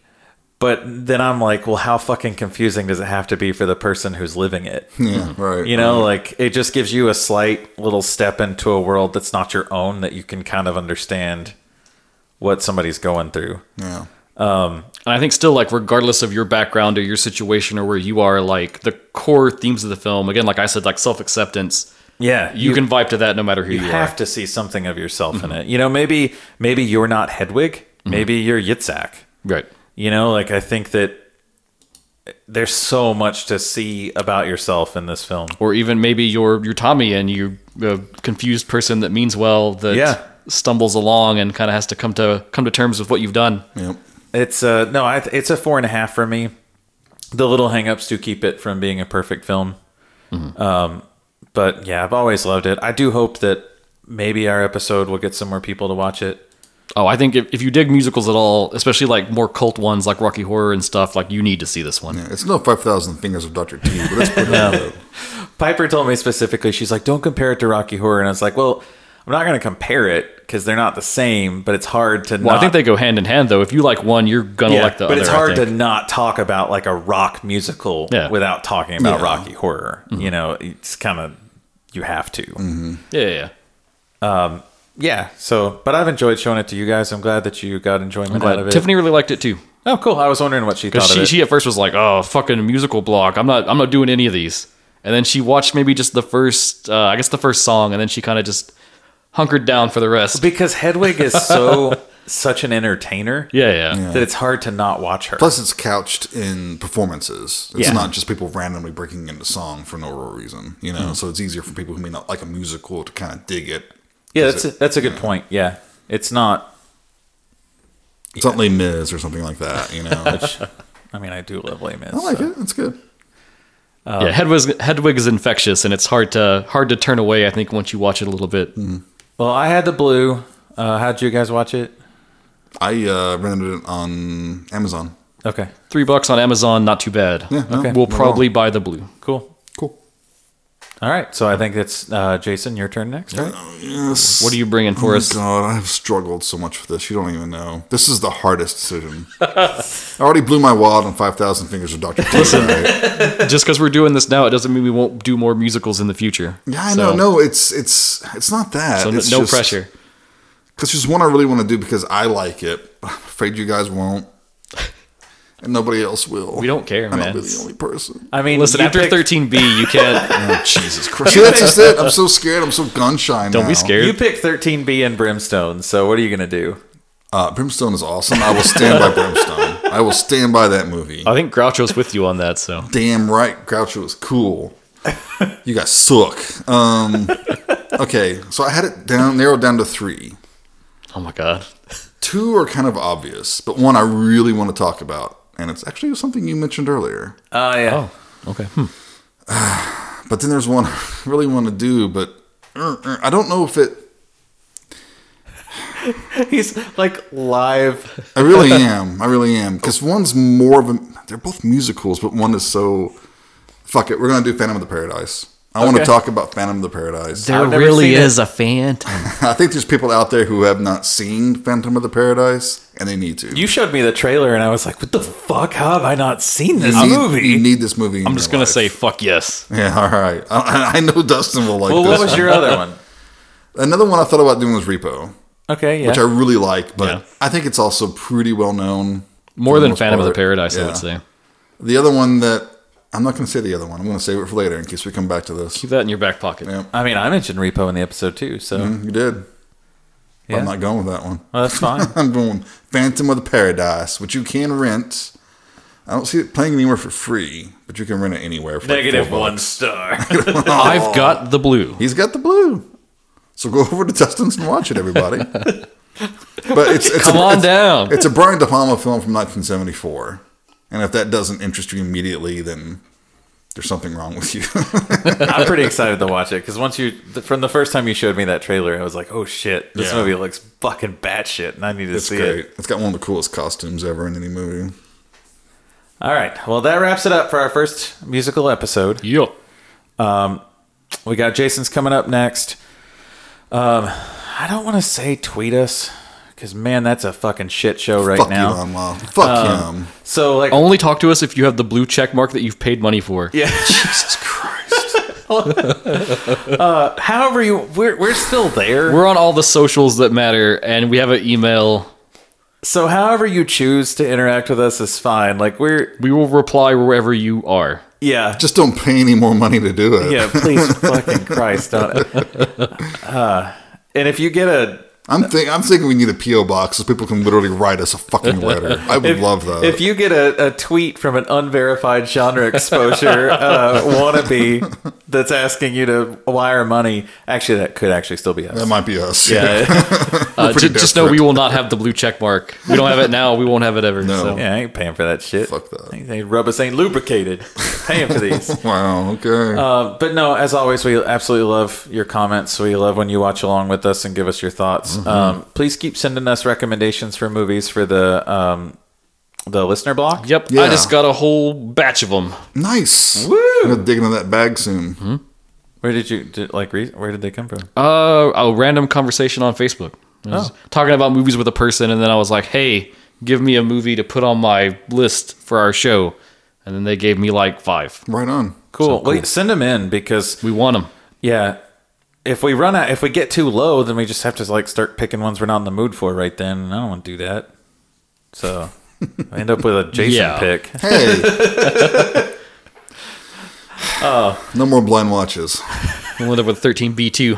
B: But then I'm like, well, how fucking confusing does it have to be for the person who's living it?
C: yeah, right.
B: You know, like it just gives you a slight little step into a world that's not your own that you can kind of understand what somebody's going through.
C: yeah.
A: And I think still, like, regardless of your background or your situation or where you are, like, the core themes of the film, again, like I said, like self acceptance,
B: Yeah,
A: you, can Mm-hmm. vibe to that no matter who you,
B: you
A: are.
B: have to see something of yourself in it. You know, maybe maybe you're not Hedwig,
A: Mm-hmm.
B: maybe you're Yitzhak.
A: Right.
B: You know, like I think that there's so much to see about yourself in this film.
A: Or even maybe you're, you're Tommy and you're a confused person that means well that
B: Yeah.
A: stumbles along and kind of has to come to come to terms with what you've done.
C: Yep.
B: It's uh no, I, it's a four and a half for me. The little hangups do keep it from being a perfect film. Um,
A: Mm-hmm.
B: but yeah, I've always loved it. I do hope that maybe our episode will get some more people to watch it.
A: Oh, I think if, if you dig musicals at all, especially like more cult ones like Rocky Horror and stuff, like, you need to see this one.
C: Yeah, It's no 5,000 Fingers of Dr. T, but it's pretty good.
B: Piper told me specifically, she's like, "Don't compare it to Rocky Horror," and I was like, "Well, I'm not going to compare it because they're not the same." But it's hard to.
A: Well,
B: not,
A: I think they go hand in hand, though. If you like one, you're gonna
B: Yeah,
A: like the
B: but
A: other.
B: it's
A: I
B: hard to
A: think.
B: not talk about like a rock musical
A: Yeah. Mm-hmm.
B: without talking about
C: Yeah.
B: Rocky Horror. You know, it's kind of you have to.
A: Yeah, yeah, yeah.
B: yeah so but i've enjoyed showing it to you guys i'm glad that you got enjoyment out of it
A: Tiffany really liked it too.
B: oh cool i was wondering what she thought of
A: She
B: it
A: she at first was like, "Oh, fucking musical block. I'm not I'm not doing any of these." And then she watched maybe just the first, uh, I guess the first song, and then she kind of just hunkered down for the rest.
B: because hedwig is so such an entertainer
A: yeah, yeah, yeah.
B: that it's hard to not watch her
C: Plus, it's couched in performances. It's
B: Yeah.
C: not just people randomly breaking into song for no real reason, you know? So it's easier for people who may not like a musical to kind of dig it.
B: yeah that's a, that's a good point yeah it's not
C: It's not Les Mis or something like that, you know? Which,
B: i mean i do love Les Mis,
C: Oh, I like
B: so-
C: it. It's good. Uh,
A: Hedwig Hedwig is infectious, and it's hard to hard to turn away. I think once you watch it a little bit.
C: Mm-hmm.
B: well i had the blue uh how'd you guys watch it
C: I uh, rented it on Amazon.
B: okay
A: Three bucks on Amazon, not too bad.
C: Yeah, no,
B: Okay.
A: We'll
C: not
A: probably buy the blue.
B: cool
C: Cool.
B: all right so i think that's uh jason your turn next right?
C: Uh, Yes. Oh
A: What are you bringing for us?
C: God, I've struggled so much with this. You don't even know. This is the hardest decision. I already blew my wad on 5,000 Fingers of Dr. T. right?
A: Just because we're doing this now, it doesn't mean we won't do more musicals in the future.
C: Yeah, I
A: So-
C: know. No, it's it's it's not that.
A: So n-
C: it's
A: no pressure.
C: Because there's one I really want to do because I like it. But I'm afraid you guys won't. And nobody else will.
A: We don't care,
C: And
A: man.
C: I'll be the only person.
B: i mean
A: Listen,
B: you
A: after
B: picked-
A: 13B, you can't.
C: Oh, Jesus Christ. See, that's just it. I'm so scared. I'm so gun shy now.
A: Don't be scared.
B: you picked 13b and brimstone so what are you gonna do
C: Uh, Brimstone is awesome. I will stand by Brimstone. I will stand by that movie.
A: I think Groucho's with you on that, so.
C: damn right Groucho is cool. you guys suck. Um, okay, so I had it down narrowed down to three.
A: Oh my god.
C: Two are kind of obvious, but one I really want to talk about, and it's actually something you mentioned earlier.
B: oh yeah
A: Okay.
C: But then there's one I really want to do, but uh, uh, I don't know if it.
B: He's like live.
C: I really am. I really am because one's more of a. They're both musicals, but one is so. Fuck it, we're gonna do Phantom of the Paradise. I want to
B: Okay.
C: talk about Phantom of the Paradise.
A: There
B: I've never
A: really
B: seen it.
A: is a phantom.
C: I think there's people out there who have not seen Phantom of the Paradise, and they need to.
B: You showed me the trailer, and I was like, "What the fuck? How have I not seen this
C: You need,
B: movie?"
C: You need this movie.
A: I'm just gonna say fuck yes.
C: Yeah, all right. I, I know Dustin will like
B: well,
C: this.
B: what was
C: one.
B: your other one?
C: Another one I thought about doing was Repo,
B: Okay, yeah.
C: which I really like, but
A: Yeah.
C: I think it's also pretty well known.
A: More
C: For the
A: than
C: most
A: Phantom of the
C: part,
A: Paradise, I
C: yeah.
A: would say.
C: The other one that I'm not going to say the other one. I'm going to save it for later in case we come back to this.
A: Keep that in your back pocket.
C: Yeah.
B: I mean, I mentioned Repo in the episode too, so
C: You did. But
B: Yeah.
C: I'm not going with that one.
B: well, that's fine.
C: I'm going Phantom of the Paradise, which you can rent. I don't see it playing anywhere for free, but you can rent it anywhere. For like, four bucks.
B: star.
C: Oh.
A: I've got the blue.
C: He's got the blue. So go over to Dustin's and watch it, everybody. but it's, it's
A: Come on
C: it's-
A: down.
C: It's a Brian De Palma film from 1974. And if that doesn't interest you immediately, then there's something wrong with you.
B: I'm pretty excited to watch it because once you, th- from the first time you showed me that trailer, I was like, "Oh shit, this
C: Yeah.
B: movie looks fucking batshit," and I need to
C: it's
B: see
C: great.
B: it.
C: It's got one of the coolest costumes ever in any movie.
B: All right, well, that wraps it up for our first musical episode.
A: Yup.
B: We got Jason's coming up next. Um, I don't want to say tweet us because man, that's a fucking shit show right
C: Fuck
B: now.
C: Elon Musk. Fuck
B: Uh,
C: him.
B: so like,
A: Only talk to us if you have the blue check mark that you've paid money for.
B: Yeah. Jesus Christ. uh, however, you we're, we're still there.
A: We're on all the socials that matter, and we have an email.
B: so however you choose to interact with us is fine. Like we're
A: We will reply wherever you are.
B: yeah.
C: Just don't pay any more money to do it.
B: yeah, please fucking Christ. Don't, uh, and if you get a
C: I'm, think, I'm thinking we need a P.O. box so people can literally write us a fucking letter. I would love that.
B: if you get a, a tweet from an unverified genre exposure uh, wannabe that's asking you to wire money, actually that could actually still be us.
C: that might be us.
B: yeah,
A: Uh,
C: pretty
A: ju- just know we
C: desperate.
A: will not have the blue check mark. We don't have it now. We won't have it ever.
C: No.
A: So.
B: yeah, I ain't paying for that shit.
C: Fuck that.
B: Ain't- ain't Rubber ain't lubricated. paying for these.
C: Wow. Okay.
B: Uh, but no, as always, we absolutely love your comments. We love when you watch along with us and give us your thoughts. Um, please keep sending us recommendations for movies for the um, the listener block.
A: Yep. I
C: Yeah.
A: just got a whole batch of them.
C: nice.
B: Woo!
C: I'm gonna dig into that bag soon.
B: Where did you did, like? Re- where did they come from?
A: Uh, a random conversation on Facebook. I was
B: Oh.
A: talking about movies with a person, and then I was like, "Hey, give me a movie to put on my list for our show," and then they gave me like five.
C: Right on.
B: Cool. Wait, send them in because
A: We want them.
B: yeah, if we run out, if we get too low, then we just have to like start picking ones we're not in the mood for right then. And I don't want to do that. So I end up with a Jason
A: Yeah.
B: pick.
C: Hey.
B: Oh.
C: No more blind watches.
A: We'll end up with thirteen B two.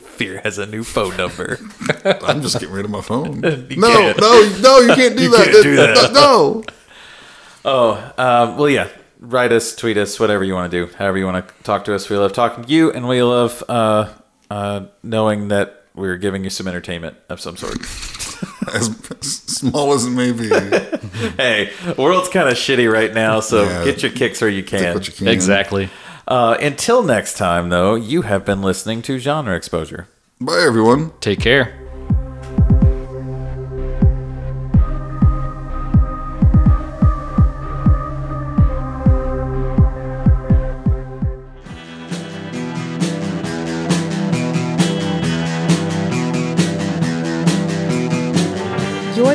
B: Fear has a new phone number.
C: I'm just getting rid of my phone. No,
B: can't.
C: no, no, you can't do that.
B: can't do that.
C: No.
B: Um, well, yeah. Write us, tweet us, whatever you want to do. However you want to talk to us. We love talking to you, and we love uh, uh, knowing that we're giving you some entertainment of some sort.
C: As small as it may be. that's
B: hey, world's kind of shitty right now, so
C: Yeah.
B: get your kicks where you can.
C: what you can.
A: Exactly.
B: Uh, until next time, though, you have been listening to Genre Exposure.
C: Bye, everyone.
A: Take care.
D: You're